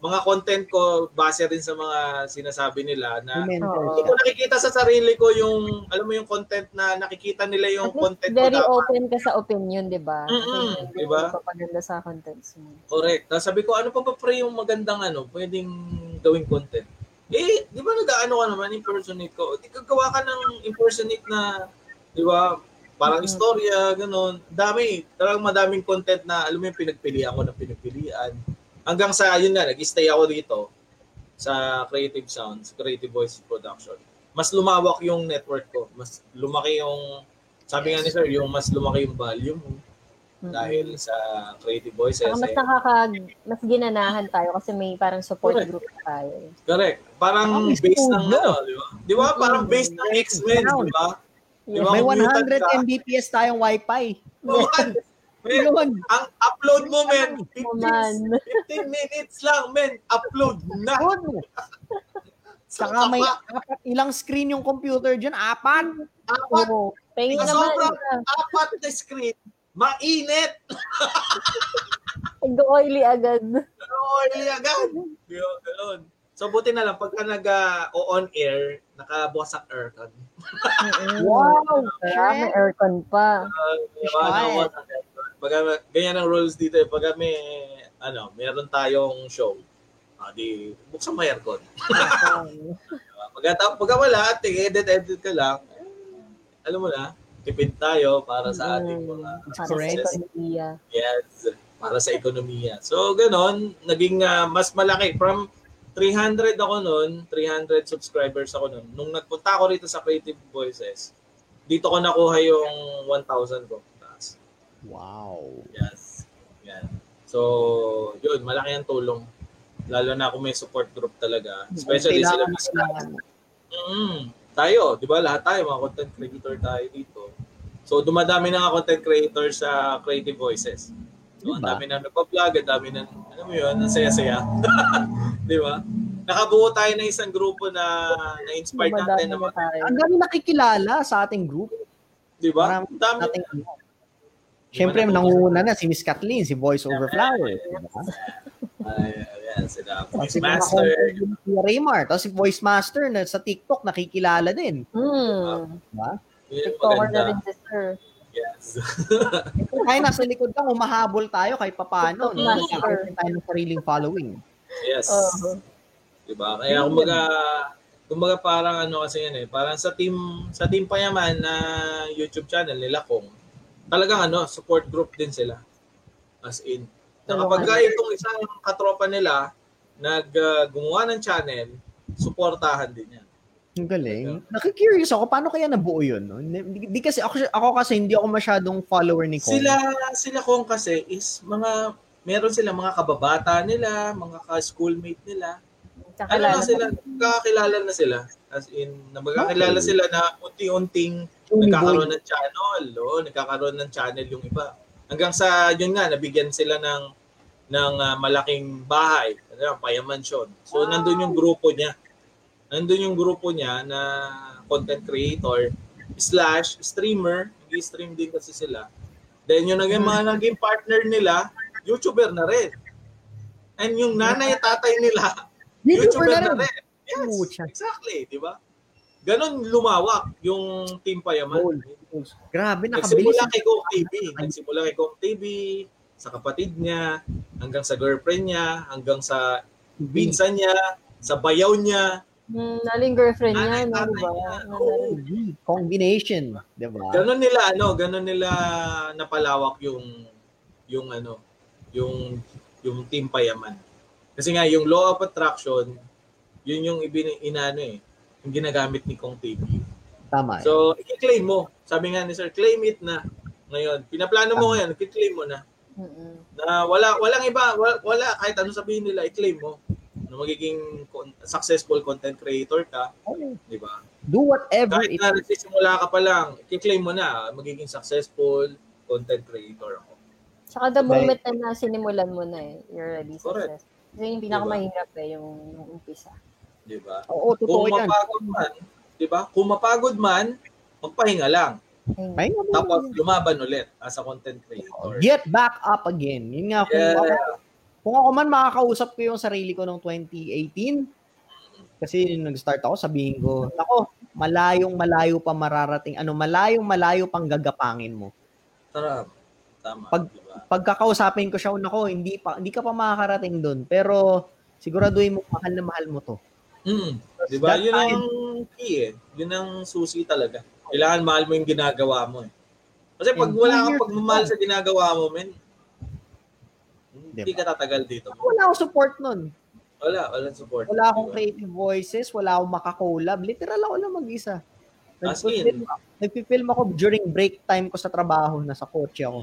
C: mga content ko, base rin sa mga sinasabi nila na
A: Mentor
B: Oo.
C: hindi ko nakikita sa sarili ko yung, alam mo yung content na nakikita nila yung
B: At least
C: content ko
B: very
C: dapat.
B: open ka sa opinion, di ba?
C: Mm-mm,
B: Kasi
C: di ba?
B: Papaganda sa contents mo.
C: Correct. Tapos sabi ko, ano pa ba pre yung magandang ano, pwedeng gawing content? Eh, di ba nag-ano ka naman, impersonate ko? Di gagawa ka ng impersonate na, di ba, parang
B: Mhm.
C: istorya, ganun. Dami, talagang madaming content na, alam mo yung pinagpilian ko na pinagpilian. Hanggang sa, yun na, nag-stay ako dito sa Creative Sounds, Creative Voices Production. Mas lumawak yung network ko. Mas lumaki yung, sabi nga ni sir, yung mas lumaki yung volume mo
B: Mm-mm.
C: dahil sa Creative Voices.
B: Saka mas
C: eh.
B: nakaka mas ginanahan tayo kasi may parang support
C: Correct.
B: group tayo.
C: Correct. Parang
A: Ang
C: base ng
A: sulo.
C: ano, di ba? Di ba? Parang base ng X-Men, di ba? Di ba
A: May
C: kung mutant [laughs]
A: 100
C: ka?
A: Mbps tayong wifi.
C: Oo, man. Men,
A: Hindi naman.
C: ang upload mo, men,
B: Oh, man.
C: 15, 15 minutes lang, men, upload na.
A: Good. Saka may apat, ilang screen yung computer dyan. Apat. [laughs]
C: apat,
B: Oo. Tayo
C: Ang
B: naman.
C: sobra. apat na screen, mainit,
B: Nag-oily agad.
C: oily agad. Di ba? Ganun. So, buti na lang, pagka nag-on air, nakabukas ang aircon.
A: Wow.
B: Kaya may aircon pa.
A: Shit.
C: Pag ganyan ang rules dito eh. Pag may ano, meron tayong show, ah, di buksan mo aircon. Pag pag wala, tig edit edit ka lang. eh, Alam mo na, tipid tayo para sa ating
B: Hmm.
C: mga
B: Mm. Para sa
A: Correct.
B: ekonomiya.
C: yes, para sa ekonomiya. So ganon, naging ah, mas malaki from 300 ako noon, 300 subscribers ako noon. Nung nagpunta ako rito sa Creative Voices, dito ko nakuha yung 1,000 ko. Taas.
A: Wow.
C: Yes. Yan. So, yun, malaki ang tulong. Lalo na kung may support group talaga.
B: Mm,
C: Especially sila
A: Kailangan,
C: mismo.
A: kailangan.
C: Mm, tayo, di ba? Lahat tayo, mga content creator tayo dito. So, dumadami na nga content creator sa Creative Voices. So, ang
A: Diba?
C: dami na nagpa-vlog, ang dami na, alam mo yun, ang saya-saya. [laughs] di ba? Nakabuo tayo ng isang grupo na na-inspire
B: Dumadami
C: natin. Na,
B: na
C: mga-
B: tayo.
A: Ang dami nakikilala sa ating group.
C: di ba?
A: Marami
C: Ang dami.
A: Ating, ano. Siyempre,
C: Di ba
A: nangunguna na si Miss Kathleen, si Voice Over Flower.
C: Ay, ayan, sila.
A: Tapos si mga
C: Master.
A: content ni Raymar. Tapos si Voice Master na sa TikTok, nakikilala din.
C: Ah,
B: Hmm.
C: Yun,
B: TikToker na
C: maganda.
B: rin si sir.
C: Yes.
A: Kaya nasa likod lang, umahabol tayo kahit papano.
B: TikTok
A: No?
B: master.
A: Nagkakaroon tayo ng sariling following.
C: Yes.
B: Oo.
C: Diba? Kaya kumbaga, kumbaga parang ano kasi yan eh, parang sa team, sa team Payaman na YouTube channel nila kung talagang ano, support group din sila. As in. Na kapag ka itong isang katropa nila, nag ah, gumawa ng channel, suportahan din yan.
A: Ang galing. Nakikurious ako, paano kaya nabuo yun? No? Di, di kasi, ako, ako kasi hindi ako masyadong follower ni Kong.
C: Sila, sila kong kasi is mga, meron sila mga kababata nila, mga ka-schoolmate nila, Ano
B: Kakilala
C: na sila, kakakilala na sila. As in, nabagkakilala sila na unti-unting
A: Truly
C: nagkakaroon ng channel. Oo, nagkakaroon ng channel yung iba. Hanggang sa, yun nga, nabigyan sila ng ng ah, malaking bahay, ano, Payaman Mansion. So, nandun yung grupo niya. Nandun yung grupo niya na content creator slash streamer. Nag-stream din kasi sila. Then, yung naging, mga naging partner nila, YouTuber na rin. And yung nanay at tatay nila,
A: YouTuber na rin.
C: Yes,
A: Pucha.
C: exactly, di ba? Ganon lumawak yung Team Payaman.
A: Gold. Grabe, nakabilis.
C: Nagsimula kay Kong TV. Nagsimula kay Kong TV, Hmm. sa kapatid niya, hanggang sa girlfriend niya, hanggang sa pinsan niya, sa bayaw niya.
B: Hmm, naling girlfriend
C: Nanay,
B: niya, ano
C: tatay
B: ba?
C: niya.
B: Ano,
C: Oo.
A: Combination, di ba?
C: Ganon nila ano, ganon nila napalawak yung yung ano, yung yung team payaman. Kasi nga yung law of attraction, yun yung ibin inano eh, yung ginagamit ni Kong TV.
A: Tama. eh.
C: So, i-claim mo. Sabi nga ni Sir, claim it na. Ngayon, pinaplano mo ngayon, i-claim mo na.
B: Mm-mm.
C: Na wala walang iba, wala, wala kahit ano sabihin nila, i-claim mo. Na magiging con- successful content creator ka,
A: Okay.
C: di ba?
A: Do whatever
C: Kahit
A: it
C: na nagsisimula ka pa lang, i-claim mo na, magiging successful content creator ako.
B: Tsaka the
A: Like-
B: moment na sinimulan mo na eh, you're already
C: Correct. Diba?
B: success. Kasi yung pinakamahirap eh, yung, yung umpisa.
C: Di ba?
A: Oo, totoo
C: Kung
A: yan.
C: mapagod man, di ba? Kung mapagod man, magpahinga lang.
B: Ayun.
A: Ay, naman.
C: Tapos lumaban ulit as a content creator.
A: Get back up again. Yun nga, kung,
C: Yeah.
A: ako, kung ako man makakausap ko yung sarili ko noong 2018, kasi nung nag-start ako, sabihin ko, ako, malayong malayo pa mararating, ano, malayong malayo pang gagapangin mo.
C: Tara, tama.
A: Pag-
C: di ba?
A: Pagkakausapin ko siya, nako, hindi, pa, hindi ka pa makakarating doon, pero siguraduhin mo, mahal na mahal mo to.
C: Mm, 'di ba?
A: That
C: Yun ang
A: time-
C: key eh. Yun ang susi talaga. Kailangan mahal mo yung ginagawa mo eh. Kasi pag
A: And
C: wala
A: two
C: kang
A: years
C: pagmamahal
A: ago.
C: sa ginagawa mo, men, hindi
A: Diba?
C: ka tatagal dito.
A: Wala akong support nun.
C: Wala, walang support.
A: Wala akong
C: Diba?
A: creative voices, wala akong makakolab. Literal ako lang mag-isa.
C: As in.
A: Nagpipilm, nagpipilm ako during break time ko sa trabaho, nasa kotse ako.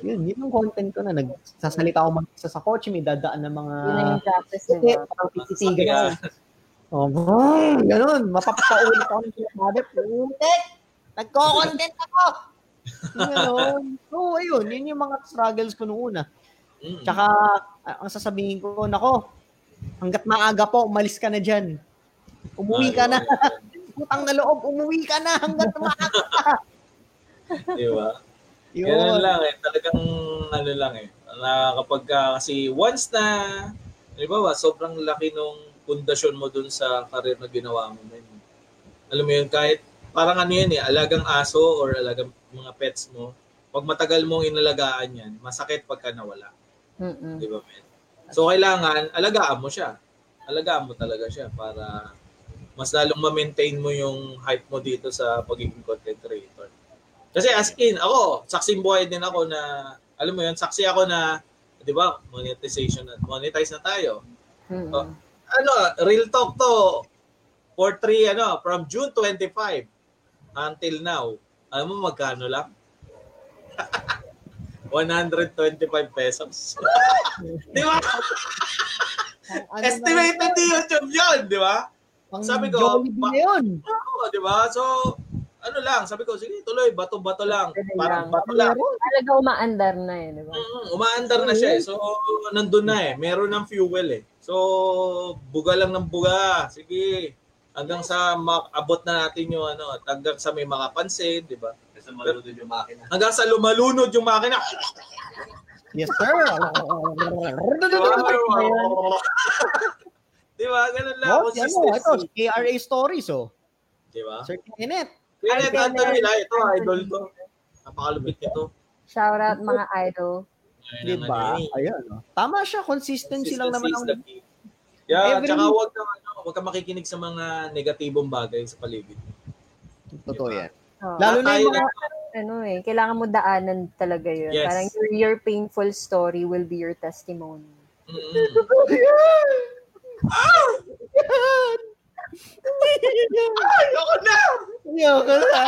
A: Yun, yun yung content ko na. Nagsasalita ako mag-isa sa kotse, may dadaan ng mga...
B: Yun na yung practice, di
A: Kasi,
B: ba?
A: parang
C: Sabi nga,
A: pisitigan ako. Oh, boom! Ganun, mapapaulit ako ng sinasabi. Ulit! Nagko-content ako! Ganun. So, ayun, yun yung mga struggles ko noong una.
C: mm,
A: Tsaka, a- ang sasabihin ko, nako, hanggat maaga po, umalis ka na dyan. Umuwi ka na. Putang na loob, umuwi ka na hanggat maaga.
C: [laughs] Di ba? Ganun
A: Yun.
C: lang eh. Talagang ano lang eh. Na kapag ka- kasi once na, halimbawa, sobrang laki nung pundasyon mo dun sa karir na ginawa mo. Man. Alam mo yun, kahit parang ano yun eh, alagang aso or alagang mga pets mo, pag matagal mong inalagaan yan, masakit pagka nawala.
B: Mm-mm.
C: Di ba, men? So, kailangan, alagaan mo siya. Alagaan mo talaga siya para mas lalong ma-maintain mo yung hype mo dito sa pagiging content creator. Kasi as in, ako, saksing buhay din ako na, alam mo yun, saksi ako na, di ba, monetization at monetize na tayo.
B: Mm-mm.
C: Oh. Ano, real talk to, for three, ano, from June 25 until now, alam mo magkano lang? [laughs] 125 pesos. [laughs] di ba?
A: Ano
C: Estimated ni YouTube yun, di ba?
A: Pang
C: Sabi ko,
A: Jollibee
C: pa-
A: na yun.
C: Oo, di ba? So, ano lang, sabi ko, sige, tuloy, bato-bato lang.
B: Ganun
C: Parang
B: lang.
C: bato lang.
B: Talaga umaandar na eh, di ba?
C: Mm, umaandar na siya eh. So, nandun na eh. Meron ng fuel eh. So, buga lang ng buga. Sige. Hanggang sa maabot na natin yung ano, at hanggang sa may makapansin, di ba?
F: Kasi malunod yung makina.
C: Hanggang sa lumalunod yung makina.
A: [laughs] Yes, sir. [laughs]
C: Di ba? di ba? Ganun lang.
A: Oh, ano, ito,
C: Consistency.
A: KRA stories, oh.
C: Di ba?
A: Sir Kenneth.
C: Kaya
B: Ay,
C: Anthony,
B: Kenneth.
C: ah, ito, idol to. Napakalupit nito.
B: Shout out mga idol.
C: Ayun
A: Di
C: ang
A: ba?
C: ano yun eh.
A: Ayun, oh. Tama siya, consistency lang naman ang
C: is the key. Yeah,
A: Every-
C: tsaka huwag ka, ano, huwag ka makikinig sa mga negatibong bagay sa paligid.
A: totoo yan.
B: Oh.
A: Lalo na
C: Tayo
A: yung mga
C: lang-
B: ano eh, kailangan mo daanan talaga yun.
C: Yes.
B: Parang your, your painful story will be your testimony.
C: Mm-mm. Ayoko na!
A: Ayoko na.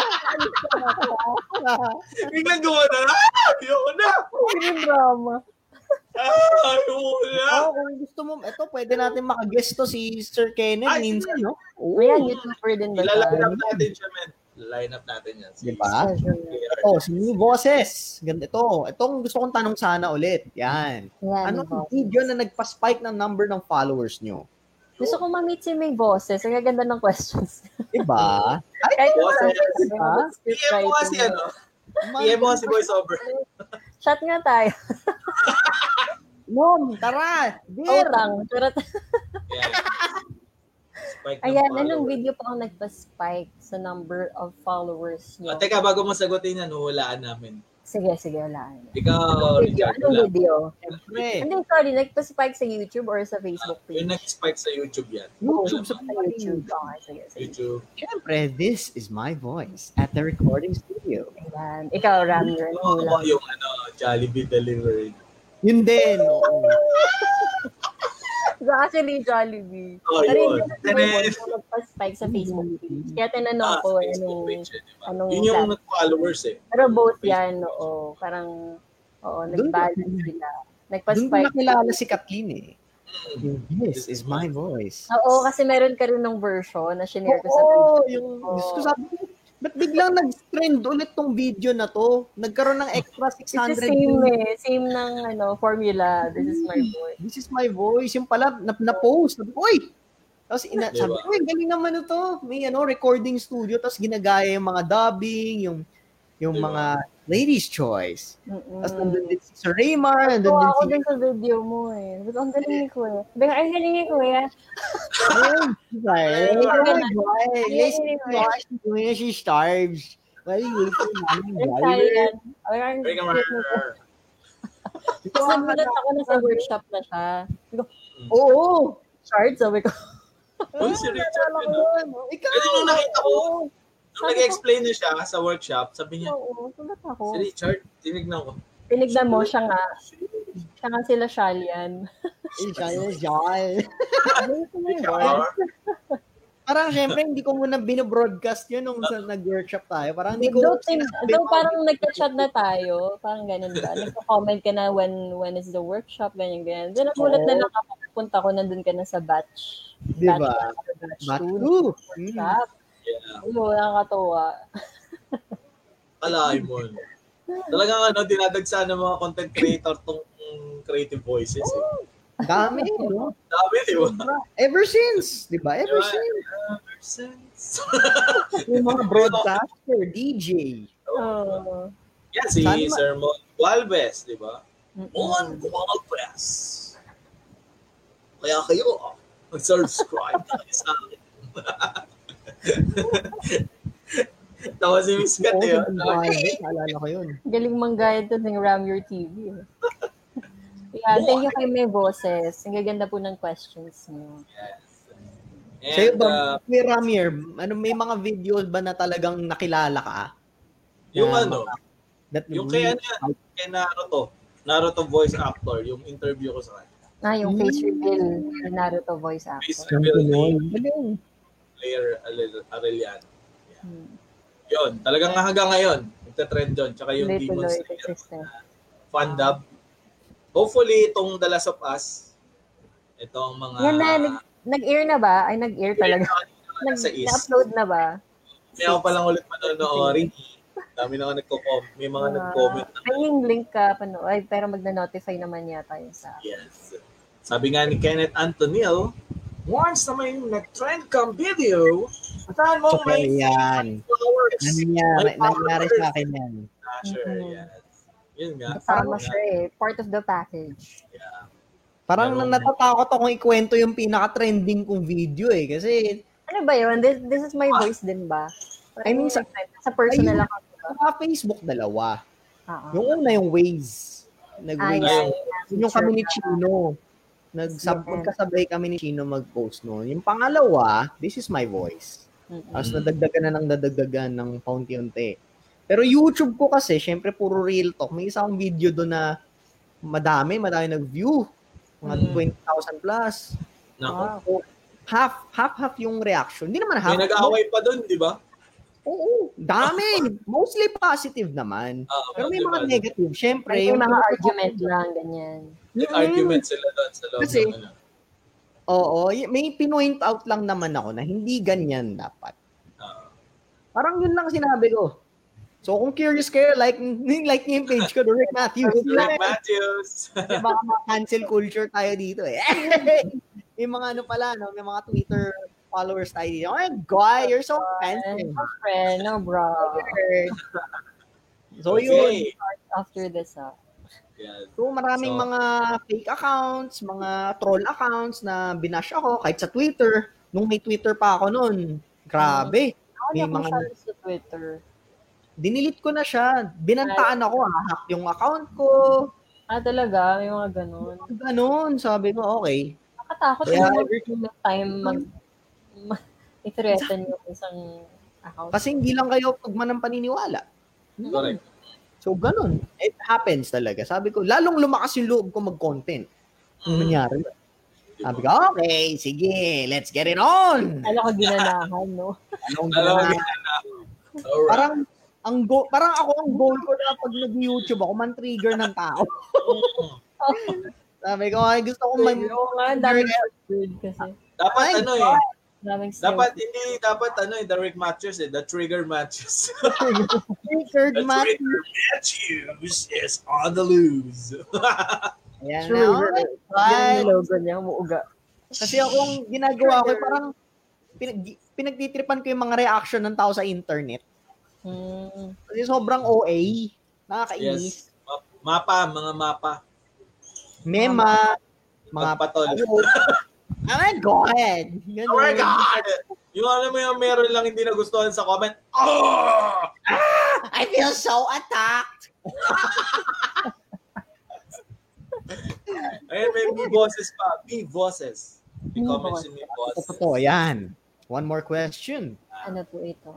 C: Biglang gawa na. Ah, Ayoko na!
A: Yung drama.
C: Ah, Ayoko na!
A: Oo, kung gusto mo, ito, pwede natin makaguest to si Sir
B: Oh,
A: Kenneth
C: Ay,
A: minsan, no? Oo.
B: Ayan, YouTuber din ba?
C: Ilaline up natin siya, men. Line up natin yan. Si-
A: Di ba?
B: Ah, Oh,
A: Ito, si New Boses. Ganda ito. Itong gusto kong tanong sana ulit. Yan. Ano
B: oh.
A: ang video na nagpa-spike ng number ng followers nyo?
B: Gusto ko ma-meet si May Boses. Ang gaganda ng
C: [laughs]
B: questions.
A: Diba? Ay,
B: Kahit
C: Boses,
A: di ba?
B: script
C: PM mo nga si
B: writing.
C: ano?
A: man,
C: PM mo nga si voiceover.
B: Shot nga tayo.
A: Mom, tara!
B: Oh,
A: Dear!
B: lang. Charot.
C: Yan. Spike ng
B: Ayan,
C: follower.
B: anong video po ang nagpa-spike sa number of followers
C: Ah,
B: niyo?
C: teka, bago mo sagutin yan, huhulaan namin.
B: Sige, sige, wala.
C: Ikaw,
B: video?
C: Richard,
B: Anong
C: wala.
B: video?
A: Siyempre.
B: Hindi, sorry, nagpa-spike sa YouTube or sa Facebook
C: Yung
B: page?
C: nag-spike sa YouTube yan.
A: YouTube sa
B: Sa YouTube. Okay, sige, sige.
C: YouTube.
A: Siyempre, this is my voice at the recording studio.
B: Ayan. Ikaw, Ram, you're
C: Yung,
B: ang hula.
C: yung ano, Jollibee delivery.
A: Yun din. oo.
B: So, actually, Jollibee.
C: Oh,
B: Pero
C: yun.
B: yun
C: And then, Hmm.
B: yung nagpa-spike sa Facebook page. Kaya tinanong
C: ah, sa
B: ko,
C: Facebook
B: anong,
C: page yun, di ba?
B: anong
C: Yun yung
B: platform.
C: nag-followers eh.
B: pero both
C: Facebook
B: yan,
C: page.
B: oo. Parang, oo,
A: Doon
B: nag-balance sila.
A: Doon ko
B: Nagpa-spike.
A: nakilala si Kathleen eh. Yung This is my voice.
B: Oo, kasi meron ka rin ng version na shinare ko sa
A: Oo, yung
B: Oo.
A: gusto ko sabi ko, ba't biglang nag-trend ulit tong video na to? Nagkaroon ng extra
B: It's
A: 600
B: the same
A: views.
B: eh. Same ng ano, formula. This is my boy.
A: This is my voice. Yung pala, na, na-post. Sabi ko, uy! Tapos ina,
C: Diba?
A: sabi ko, uy, galing naman ito. May ano, recording studio. Tapos ginagaya yung mga dubbing, yung yung
C: Diba?
A: mga ladies' choice.
B: Mm-mm.
A: Tapos nandun din si Sir Raymar, nandun
B: Mm. Oo,
A: din
B: ako
A: si
B: din sa video mo eh. Sabi ko, ang galing ni Kuya. Sabi ko, ang galing ni Kuya.
A: Right? Oh my God. Yes,
B: Yes,
A: yes. When she starves. Well, you can
B: Ang silent. Ay, ang
C: Break a rrrr.
A: ah,
B: Tapos nagulat ako na sa workshop na siya. Sabi ko,
A: Oo.
B: Shard, sabi ko.
A: ah,
C: Uy, si Richard
A: naalala
C: yun,
A: ko yun. Oh, Ikaw. oh.
C: Kasi nung nakita ko, nung
B: Sabi
C: nag-explain na siya sa workshop, sabi niya,
B: Oo, sulat ako.
C: si Richard, tinignan ko.
B: Tinignan mo siya nga. Siya nga sila Shalian.
A: Eh, siya yun, Jal.
B: oh.
C: Char.
A: [laughs] Parang syempre, hindi ko muna binobroadcast yun nung sa, nag-workshop tayo. Parang hindi ko...
B: Though, tin- though parang nagka-chat na tayo, parang ganun ba? Nagko-comment ka na when when is the workshop, ganyan, ganyan. Then nagulat na lang ako, punta ko, nandun ka na sa batch.
A: Di ba?
B: Batch, one, Diba? batch
A: But
B: two.
A: true. Mm.
B: Workshop.
C: Yeah,
B: Ayun, nakakatawa.
C: kalahin mo. no? Talagang ano, dinadagsa ng mga content creator tong mm, creative voices. Eh.
A: Dami, no?
C: Dami, di ba?
A: Ever since, di ba? Ever
C: Diba?
A: since.
C: Ever since.
A: Yung mga broadcaster, DJ.
B: Oo.
C: Yan, si
A: Saan ma-
C: Sir Mon Gualvez, di ba?
B: Mm-mm.
C: Mon Gualvez. Kaya kayo, ah, mag-subscribe kayo sa akin. [laughs] Tawa si Miss Kat
A: [laughs]
C: eh, ah, yun.
A: Oo, yung Gualvez, Naalala ko yun.
B: Galing manggayad to ng Ram Your TV. eh. Yeah, thank you kay May Boses. Ang gaganda po ng questions niyo.
C: And, uh,
A: Sa'yo ba, Kuya Ramir, ano, may mga videos ba na talagang nakilala ka?
C: yung
A: Yeah.
C: ano,
A: That
C: yung
A: really-
C: kay ano yan, kay Naruto. Naruto voice actor, yung interview ko sa kanya.
B: Ah, yung face reveal ni Naruto voice
C: Face
B: actor.
C: reveal ni
A: Galing.
C: Player Arellano.
B: Hmm.
C: Yun, talagang hanggang ngayon, nagtatrend yun. Tsaka yung Demon
B: Tuloy-tuloy
C: Slayer.
B: consistent.
C: fund up. Hopefully, itong The Last of Us, itong mga...
B: Yan na, nag- nag-air na ba? Ay, nag-air talaga. Nag-
C: Sa is.
B: Na-upload na ba?
C: May ako palang ulit manonood. Dami na ako nagko-comment. May mga
B: Ah.
C: nag-comment na,
B: Ay, yung link ka, pano, ay, pero magna-notify naman yata yun sa
C: yes. Sabi nga ni Kenneth Antonil, once na may nag-trend kang video, saan mo
A: So,
C: Oh, may
A: yan.
C: followers.
A: Nangyari,
C: May
A: nangyari
C: followers.
A: sa akin yan.
C: Ah, sure,
B: Mhm.
C: yes. Yun nga.
B: kasama
C: Yun nga.
B: siya eh. Part of the package.
A: Parang
C: Pero-
A: natatakot akong ikwento yung pinaka-trending kong video eh. Kasi
B: Ano ba yun? This, this is my voice din ba?
A: I mean, sa-
B: sa personal
A: Ayun.
B: account Ah, ba?
A: sa Facebook, dalawa.
B: Oo.
A: Yung una yung Waze. Nag-Waze.
B: Ay,
C: Ayun.
A: Yun yung kami ni Chino. Nagsab-
B: Yeah.
A: Magkasabay kami ni Chino mag-post noon. Yung pangalawa, this is my voice.
B: Mm-mm.
C: Mm.
A: Tapos nadagdagan na ng nadagdagan ng paunti-unti. Pero YouTube ko kasi, syempre puro real talk. May isang video doon na madami, madami nag-view. Mga
C: Mm.
A: 20,000 plus.
C: Nako.
A: So, half, half, half yung reaction. Hindi
B: Ah.
A: naman half.
C: May nag-away pa dun, di ba?
A: Oo,
C: [laughs]
A: dami. Mostly positive naman.
C: Ah,
A: Pero may
C: di ba?
A: mga negative. Syempre,
B: Ay,
A: [laughs]
B: yung mga
A: Mm,
B: argument lang, ganyan.
C: Nag-argument sila dun sa loob.
A: Kasi-
C: ng ano.
A: Oo, y- may pinoint out lang naman ako na hindi ganyan dapat.
C: Ah.
A: Parang yun lang sinabi ko. So kung curious kayo, like [laughs] like niyo yung page ko, Derek Matthews.
C: Rick
A: [laughs]
C: Matthews.
A: Eh, baka ma-cancel culture tayo dito eh. [laughs] may mga ano pala, no? may mga Twitter followers tayo dito. Oh my God, you're so
B: [laughs]
A: offensive.
B: No, friend. No, bro.
A: So
C: Okay.
A: yun,
B: After this, ah.
C: [laughs] Yes.
A: So maraming
C: So-
A: mga fake accounts, mga troll accounts na binash ako kahit sa Twitter. Nung may Twitter pa ako noon, grabe. May
B: Ako na kung
A: mga-
B: sabi sa Twitter.
A: Dinilit ko na siya. Binantaan ako, ah, hack yung account ko.
B: Ah, talaga? May mga ganun.
A: Ganun, sabi ko, okay.
B: Nakatakot
A: Kaya
B: yung mga time mag, mag [laughs] i-threaten yung isang account.
A: Kasi hindi lang kayo pagman ng paniniwala.
C: Correct.
A: So, ganun. It happens talaga. Sabi ko, lalong lumakas yung loob ko mag-content. Ano nangyari? Sabi ko, okay, sige, let's get it on!
B: Ano ka ginanahan, no?
A: Anong
C: Alam mo,
A: ginawa?
C: Alright.
A: Parang, ang go, parang ako ang goal ko na pag nag-YouTube ako, man-trigger ng
C: [laughs]
A: tao. Sabi ko, ay, gusto ko may...
B: Oo nga, ang daming weird kasi.
C: Dapat
A: Ay,
C: ano eh.
B: Daming still.
C: Dapat hindi dapat ano eh the rig matches eh the trigger matches. [laughs]
A: Triggered
C: the
A: man.
C: trigger matches is on the loose.
A: Ayan na,
B: True.
A: okay,
B: Yung
A: fine.
B: logo niya, umuuga.
A: Kasi ako ang ginagawa ko, parang pinag- pinagtitripan ko yung mga reaction ng tao sa internet.
B: Hmm.
A: Kasi sobrang OA.
C: [laughs]
A: Nakakainis.
C: yes. Ma- Mapa, mga mapa.
A: Mema. Mga
C: Mga patol.
A: [laughs] Oh my God! Ganun.
C: Oh my God! Yung alam mo yung meron lang hindi nagustuhan sa comment, oh!
A: I feel so attacked!
C: Ayun, may may boses pa. May boses. May
B: May
C: comments yung may boses.
A: Totoo, yan. One more question.
B: Ano po ito?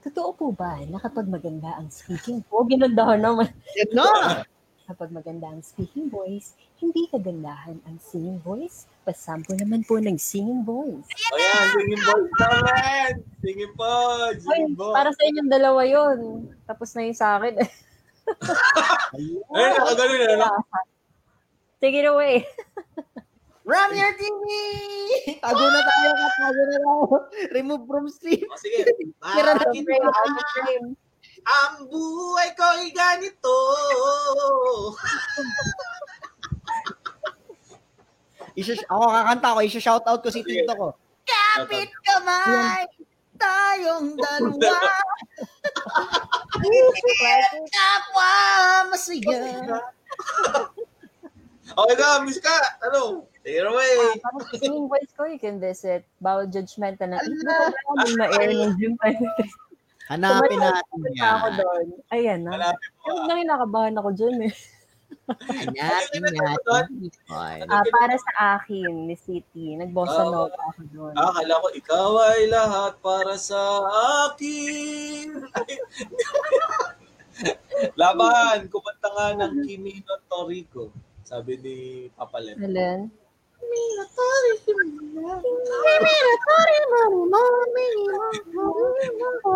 B: Totoo po ba na kapag maganda ang speaking po, ginandahan naman.
A: Yan na!
B: Kapag maganda ang speaking voice, hindi kagandahan ang singing voice. Pasampo naman po ng singing voice.
C: Ayan, Oh, singing boys naman! Singing boys!
B: Ay,
C: Singing boys!
B: para sa inyong dalawa yon. Tapos na yun sa akin. [laughs]
C: Ayun, nakagano'n na.
B: Take it away.
A: Ram your [laughs] TV! Tago na tayo, tago na tayo. Remove from stream.
C: O, Oh, sige.
A: Tira na
C: Akin
A: frame,
C: ba ang buhay ko'y ganito?
A: Isa- ako kakanta ko, isa-shoutout ko si Tito ko. Kapit kamay! Tayong dalawa! Kapit kapwa! Masaya!
C: Okay ka, miss ka. Ano? Take it away.
B: Parang sa singing voice ko, you can visit. Bawal judgment na. Hindi
A: Ala.
B: ko alam yung ma-air ng gym.
A: Hanapin
B: Tumayo-
A: natin
B: Pumunta
A: yan.
B: ako doon. Ayan na.
C: Malapit mo.
B: Yung nang nakabahan ako dyan eh.
C: Ano
A: Hanapin
C: yun, ano
A: natin yan.
B: Ah, para sa akin, ni City, nagbossa
C: Oh.
B: nova ako doon.
C: Akala ko ikaw ay lahat para sa akin. [laughs] Laban, kumanta nga ng Kimi no Toriko. Sabi ni Papa Len.
B: Alin?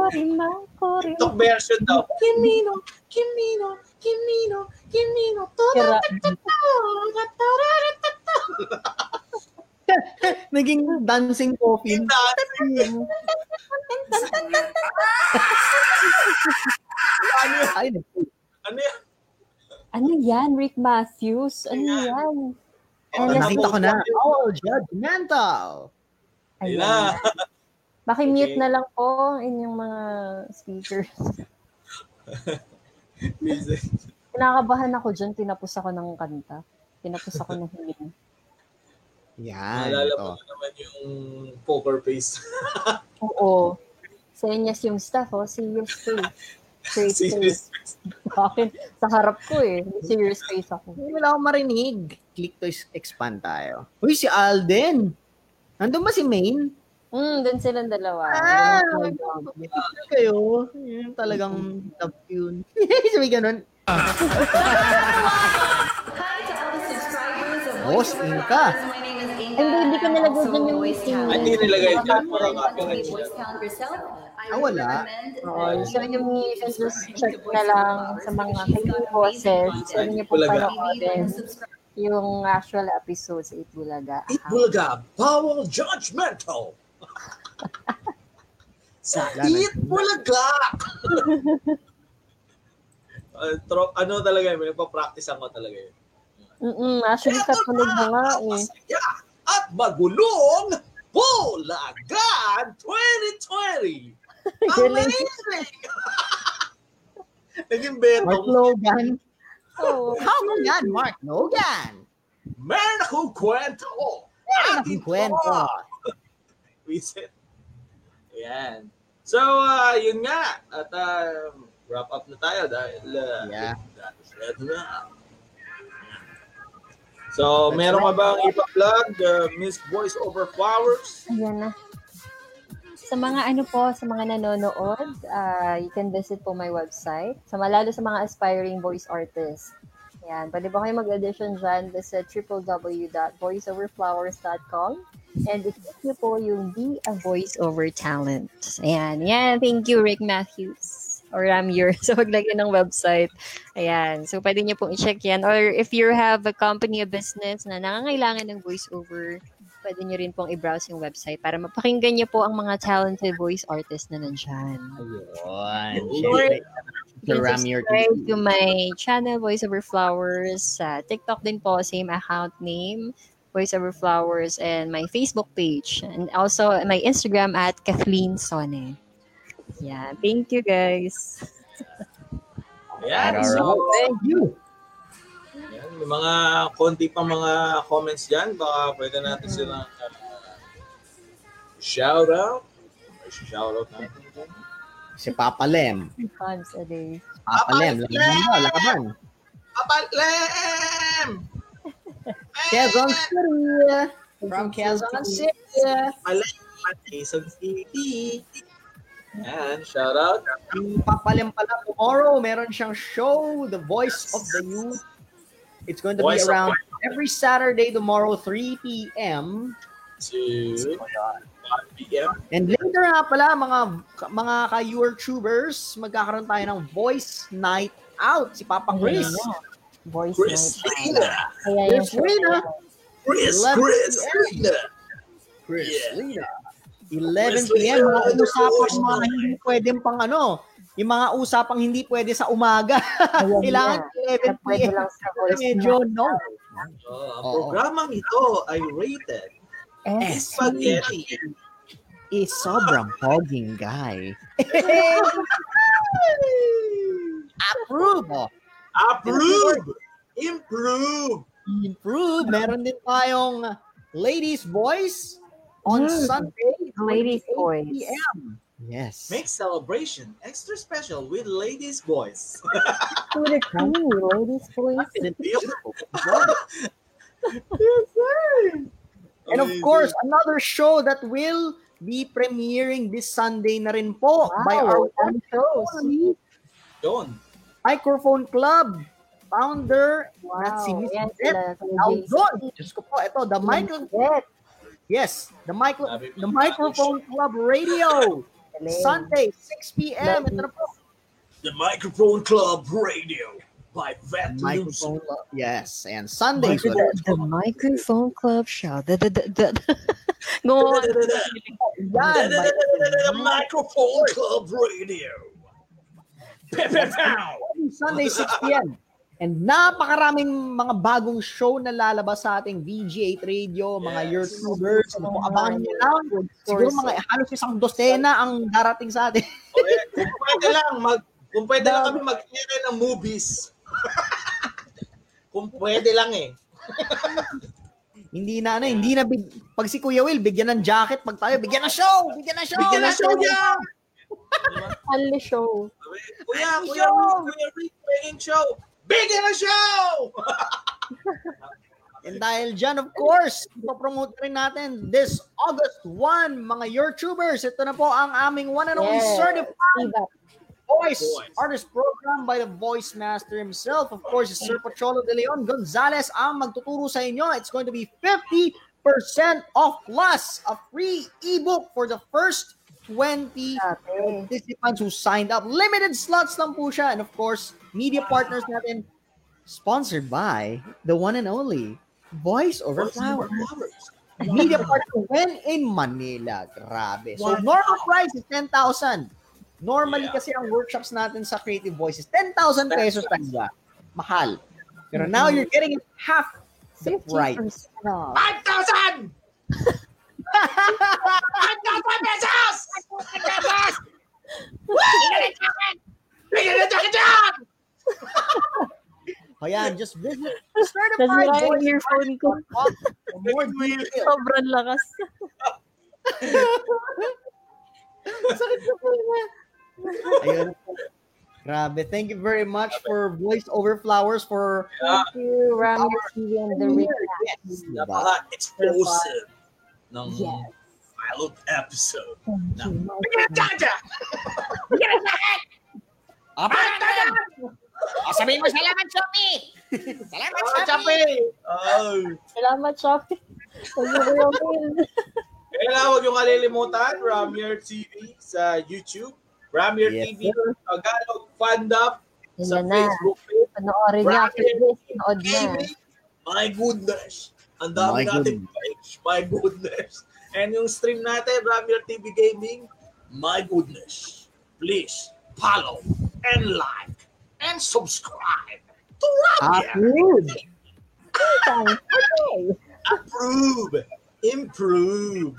C: Tok version daw.
B: Kira,
A: Naging dancing coffin. Ay, nag-
C: Ano yan?
B: ano yan, Rick Matthews? Ano
C: Ayan.
B: yan?
C: Oh,
A: nakita ko na.
C: nabuo.
A: Oh, judgmental.
C: Ayun
B: Ayan.
C: na.
B: Maki-mute
C: Sige.
B: na lang po inyong mga speakers.
C: ano
B: Kinakabahan ako dyan, tinapos ako ng kanta. Tinapos ako ng
C: [laughs]
B: hiling.
A: Yan.
C: Naalala mo
A: ito.
C: na naman yung poker face.
B: Oo. Senyas yung staff, oh. Serious face. Straight
C: [laughs]
B: face.
C: Serious face.
B: Bakit? [laughs] Sa harap ko eh. May Serious face ako.
A: Hindi wala akong marinig. Click to is- expand tayo. Uy, si Alden. Nandun ba si Maine?
B: Hmm, dun silang dalawa.
A: Ah!
B: Yung dog.
A: Ano kayo? Yun talagang love yun. [laughs] Sabi ganun. Boss, Inka.
B: Hindi, hindi ko nilagod na yung meeting.
C: Ah, hindi nilagay dyan. Parang copyright siya.
A: Ah, wala.
B: Oo, so yung music, just check na lang sa mga kayong boses. Sabi niyo po
C: Bulaga.
B: panoorin yung actual episodes eh, sa Itbulaga.
C: It will ga bawal
B: [laughs]
C: judgmental. Sa it bulaga. [laughs] uh, tro, ano talaga yun, nagpa-practice ako talaga yun.
B: Mm-mm, actually, katulog na nga eh.
C: Masaya at magulong Bulagan 2020.
B: [laughs] Galing.
C: Amazing! Naging beto.
A: Mark Logan.
B: Oo.
A: How mo yan, Mark Logan?
C: Meron akong kwento.
A: Ano ang kwento?
C: Visit. Ayan. So, ah, yun nga. At ah, wrap up na tayo dahil ah,
A: Yeah.
C: that is it na. So, meron ka bang ipa-plug, ah, Miss Voice Over Flowers?
B: Ayan na. Sa mga ano po, sa mga nanonood, ah, you can visit po my website. Sa malalo sa mga aspiring voice artists. Ayan, pwede po kayo mag-audition dyan. Visit www.voiceoverflowers.com and i-click niyo po yung Be a Voiceover Talent. Ayan, yan. Thank you, Rick Matthews or [laughs] Ramyur sa paglagay ng website. Ayan. So, pwede niyo pong i-check yan. Or if you have a company, a business na nangangailangan ng voiceover, pwede nyo rin pong i-browse yung website para mapakinggan nyo po ang mga talented voice artists na nandyan.
A: Ayun.
C: Sure.
A: The Ram your
B: Subscribe to my channel, Voice Over Flowers. Sa TikTok din po, same account name, Voice Over Flowers, and my Facebook page. And also my Instagram at Kathleen Sone. Yeah, thank you guys.
C: Ayan. So,
A: Thank you.
C: Yan, may mga konti pa mga comments dyan. Baka pwede natin silang uh, shout out. Shout out natin. dyan.
A: Si Papa Lem.
B: Three times a day.
A: Papa Lem. Lakaban mo, lakaban.
C: Kapatlem!
A: Quezon City. From Quezon City.
C: Malay, Quezon City. Yan, shout out.
A: Ang Papa Lem pala tomorrow, meron siyang show, The Voice of the Youth. It's going to
C: Voice
A: be
C: of
A: around every Saturday tomorrow, 3 p.m.
C: To 1 p.m.
A: And later nga pala, mga mga ka-YouTubers, magkakaroon tayo ng voice night out. Si Papa Chris.
B: Ayan. Voice
C: Chris
B: night.
C: Lina!
B: Ayan,
A: Chris
B: yung-
A: Lina.
C: Chris,
A: Love
C: Chris
A: you,
C: Lina!
A: Chris
C: Yeah.
A: Lina. 11
C: Chris
A: p.m.
C: Lina,
A: Mga usapan
C: voice
A: yung mga
C: night.
A: hindi pwedeng pang ano. Yung mga usapang hindi pwede sa umaga. [laughs]
B: Ayan
A: Kailangan
B: na.
A: 11
B: Pwede
A: p.m.
B: lang sa voice
A: Medyo no.
C: Oh, ang
A: Oo.
C: programang ito ay rated
B: night.
A: S.
C: spaghetti.
A: Is eh, sobrang poging guy. [laughs] Approve. oh.
C: Approve! Improve!
A: Improve. Meron din tayong ladies' voice on
B: Mm.
A: Sunday.
B: Ladies'
A: 8
B: voice.
A: PM. Yes.
C: Make celebration extra special with ladies' voice.
B: To the queen, ladies voice.
A: And of course, another show that will be premiering this Sunday na rin po by our
B: one shows.
A: only
C: Don.
A: Microphone Club founder at si Miss
B: Ayan
A: Beth
B: sila, si
A: Laudon.
B: JC.
A: Diyos ko po, ito, the micro,
B: Beth,
A: yes, the micro,
C: Sabi ko,
A: the Microphone Club Radio,
B: galing.
A: Sunday, 6 p.m. Ito na po.
C: The Microphone Club Radio by Vet
A: Microphone Club, yes, and
B: The,
A: Sunday.
B: the, the microphone club show. The, the, the, the, [laughs] Go on.
A: Yan,
C: Microphone Club Radio.
A: every Sunday, 6 p.m. And napakaraming mga bagong show na lalabas sa ating VG8 Radio, mga
C: Yes.
A: YouTubers, mga abangan nyo lang. Siguro mga halos isang dosena ang darating sa atin. [laughs]
C: Kung pwede lang, mag, kung pwede lang kami mag-ere ng movies. kung pwede lang eh.
A: Hindi na ano, hindi na big, pag si Kuya Will bigyan ng jacket, pag tayo bigyan ng show, bigyan ng show.
C: Bigyan ng show yan!
B: Only show.
C: Kuya, kuya, Rick, kuya Rick, bigyan show! Bigyan ng show!
A: And dahil dyan, of course, ipopromote rin natin this August 1, mga YouTubers. Ito na po ang aming one and only
B: Yes.
A: certified
B: Diba?
A: voice,
C: Voice.
A: artist program by the voice master himself. Of course, is Sir Pacholo de Leon Gonzalez ang magtuturo sa inyo. It's going to be 50% off plus a free ebook for the first 20
B: Grabe.
A: participants who signed up. Limited slots lang po siya. And of course, media partners natin sponsored by the one and only Voice Over Flower. Media partner when in Manila. Grabe. So, normal price is 10,000. Normally
C: Yeah.
A: kasi ang workshops natin sa Creative Voices, 10,000 pesos talaga. Mahal. Pero now you're getting it half the price.
B: 50% off.
C: 5,000! 5,000 pesos! Pesos! Bigyan na jacket dyan!
A: O yan, [laughs] just visit
B: Nasira
A: certified
B: yung
A: voice
B: earphone ko.
A: for more details.
B: Sobrang lakas.
A: Sakit na po na. Ayun. Grabe. Thank you very much for Voice Over Flowers for
C: Yeah,
B: Thank you, Ram
C: Ah.
B: Yossi and the Rick.
A: Yes. Diba?
C: napaka-explosive ng
B: Yes.
C: pilot episode.
B: Thank you.
C: Jaja!
B: Ah,
F: Sabihin mo, salamat, Shopee! Salamat, Shopee!
C: Oh.
B: [laughs] Salamat, Shopee. Thank you, Romel.
C: Kaya huwag yung kalilimutan, Ramir TV sa YouTube, Ramir
A: Yes,
C: TV, Tagalog Fandom sa
B: Yan na.
C: Facebook page.
B: Panoorin niya after this. Panood niya.
C: TV, my goodness! Ang
A: My
C: dami natin page, my goodness! And yung stream natin, Ramir TV Gaming, my goodness! Please, follow, and like, and subscribe to Ramir!
A: Approve.
B: Okay.
C: Approve! Improve!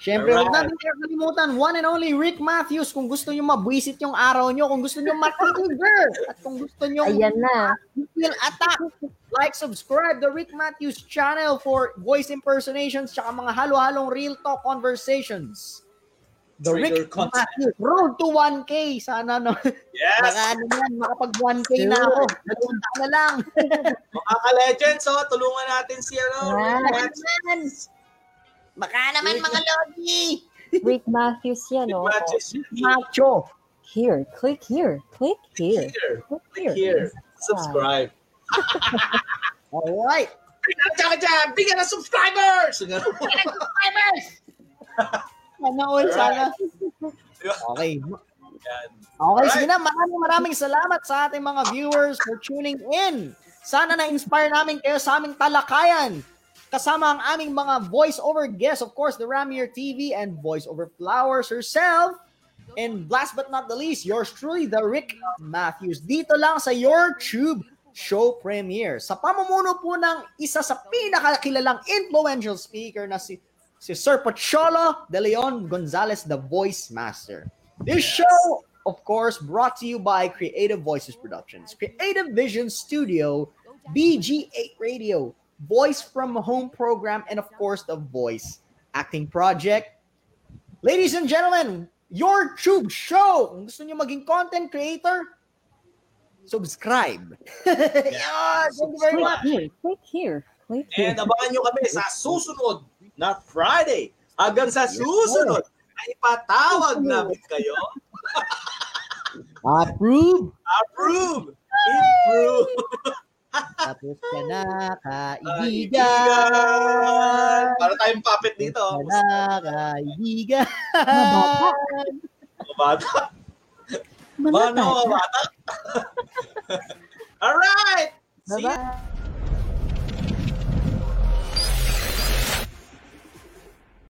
A: Siyempre, huwag
C: Alright.
A: natin kayo kalimutan, one and only Rick Matthews. Kung gusto nyo mabwisit yung araw nyo, kung gusto nyo matitiger, at kung gusto nyo
B: Ayan na.
A: feel attack, like, subscribe the Rick Matthews channel for voice impersonations tsaka mga halo-halong real talk conversations. The
C: Trigger
A: Rick
C: content.
A: Matthews Road to 1K. Sana no,
C: Yes!
A: baka ano yan, makapag 1K na ako. Dalawang taon na lang.
C: Mga ka-legends, oh, tulungan natin si ano,
B: Yes.
C: Ramir
F: Baka naman, mga Logi!
B: Rick Matthews yan, oh.
C: Matches.
A: Macho.
B: Here. Click here. Click here.
C: Here,
B: Click
C: click here, subscribe.
A: Alright.
C: Tsaka dyan, bigyan ng subscribers! Ganun.
A: Sana all, sana.
C: Diba?
A: Okay.
C: Yan.
A: Okay,
C: Alright.
A: sige na. Maraming maraming salamat sa ating mga viewers for tuning in. Sana na-inspire namin kayo sa aming talakayan kasama ang aming mga voice-over guests. Of course, the Ramier TV and voice-over Flowers herself. And last but not the least, yours truly, the Rick Matthews. Dito lang sa Your Tube Show Premiere. Sa pamumuno po ng isa sa pinakakilalang influential speaker na si, si Sir Pocholo de Leon Gonzalez, the Voice Master. This show, of course, brought to you by Creative Voices Productions, Creative Vision Studio, BG8 Radio, Voice from Home program, and of course, the Voice Acting Project. Ladies and gentlemen, your tube show. Kung gusto niyo maging content creator, subscribe. [laughs] yeah, thank you very
B: Click
A: much.
B: here. Click here. Click here.
C: And abangan nyo kami sa susunod na Friday. Hanggang sa susunod, ay ipatawag namin kayo.
A: Approve.
C: Approve! Improve!
A: Tapos ka na,
C: Kaibigan!
A: kaibigan.
C: Para tayong puppet dito.
A: Tapos ka na, kaibigan.
C: Mga bata. Mga bata. Alright! See you!
B: Bye-bye.